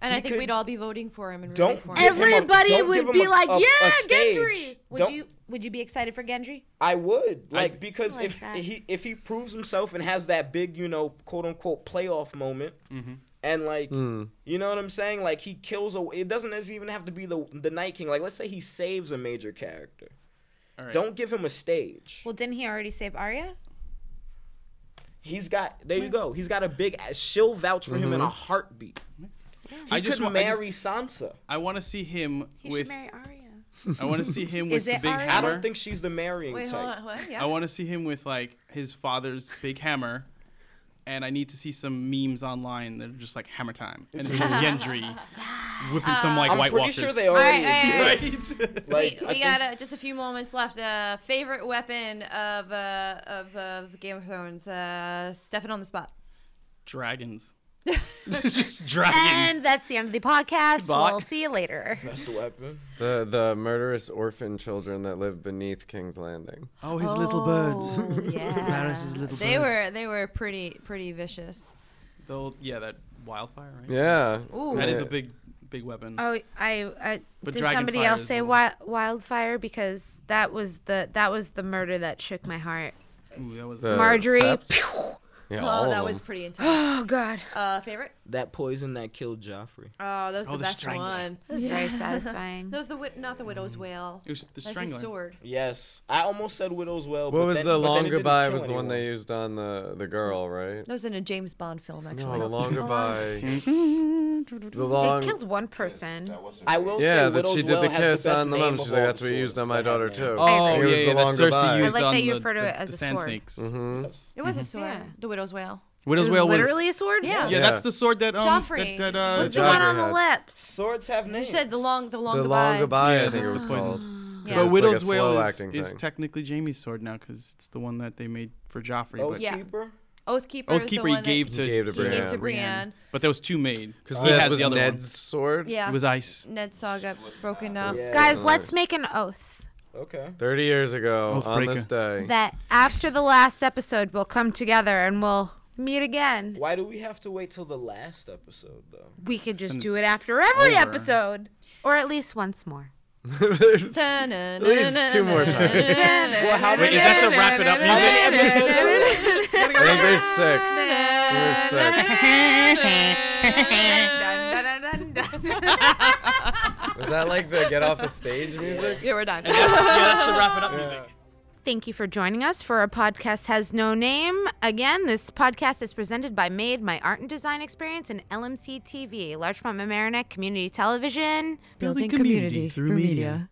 And He I think could- we'd all be voting for him and rooting don't for him. give him a- Everybody don't give would him be a- like, a- a "Yeah, stage. Gendry." Would Don't- you would you be excited for Gendry? I would like because like if that. he if he proves himself and has that big you know quote unquote playoff moment, and like Hmm. you know what I'm saying, like he kills a. It doesn't even have to be the the Night King. Like let's say he saves a major character. All right. Don't give him a stage. Well, didn't he already save Arya? He's got there you go. He's got a big. ass- She'll vouch for him in a Mm-hmm. heartbeat. He I just could want marry I, just, Sansa. I want to see him He with. should marry Arya. I want to see him with Is the it big Arya? I hammer. don't think she's the marrying Wait, type. hold on. What? I Yeah. want to see him with like his father's big hammer, and I need to see some memes online that are just like hammer time, and it's just Gendry whipping some like I'm White pretty Walkers. sure they right, already all right, all exist. right? Like, we I think- got uh, just a few moments left. Uh, favorite weapon of uh, of uh, Game of Thrones? Uh, Stefan on the spot. dragons. just dragons. And that's the end of the podcast. Goodbye. We'll see you later. That's the weapon. The the murderous orphan children that live beneath King's Landing. oh, his little birds. Yeah. little They were they were pretty pretty vicious. Though, yeah, that wildfire, right? Yeah. Ooh. That is a Yeah. big, big weapon. Oh, I, I But did dragon somebody fire else is say the- wi- wildfire because that was the that was the murder that shook my heart. Ooh, that was The Marjorie. sept? Pew! Yeah, all Oh, of that them. was pretty intense. Oh God, Uh, favorite? That poison that killed Joffrey. Oh, that was Oh, the, the best strangler. one. that was very satisfying. That was the wit- not the widow's wail. It was the That's his strangler. sword. Yes, I almost said widow's well. What but was then, the but then long it didn't goodbye? kill Was the one anyone. they used on the the girl, right? That was in a James Bond film, No, actually. the long goodbye. the They long. killed one person. That wasn't I will Yeah, say that widow's she did well the has kiss best on the name mum. of She's all like, "That's the what you used swords on my that daughter have too." names." Oh, It yeah, was yeah, the Mm-hmm. that long Cersei goodbye. used I like on that you the, refer to the, it as the a sand sword. snakes. It was a sword. The widow's wail. Widow's It was Wail was literally a sword? Yeah, Yeah. that's the sword that um Joffrey. that, that uh, What's the one on the had- lips? Swords have You names. said the long, the long the goodbye. long goodbye, I Yeah, think it the was poison. called. Yeah. But It's like Widow's a Wail is, slow-acting is thing. technically Jamie's sword now because it's the one that they made for Joffrey. Oh, Oathkeeper. but Yeah. Oathkeeper. is Oh, the Oathkeeper one he gave that, to, He gave to he gave Brienne. to Brienne. But there was two made because Because he that has was the other Ned's one. sword. Yeah. It was ice. Ned Saw got broken up. Yeah. Guys, let's make an oath Okay. Thirty years ago on Oathbreaker. this day. that after the last episode, we'll come together and we'll meet again. Why do we have to wait till the last episode though? We could just an do it after every over. episode, or at least once more. There's- At least two more times. Well, how Wait, many, is that the wrap it up how music? many episodes are there? I think there's six. There's six. Was that like the get off the stage music? Yeah, we're done. yeah, that's the wrap it up music. Thank you for joining us for a podcast has no name. Again, this podcast is presented by Made, My Art and Design Experience, and LMC TV, Larchmont Mamaroneck Community Television. Building community through media.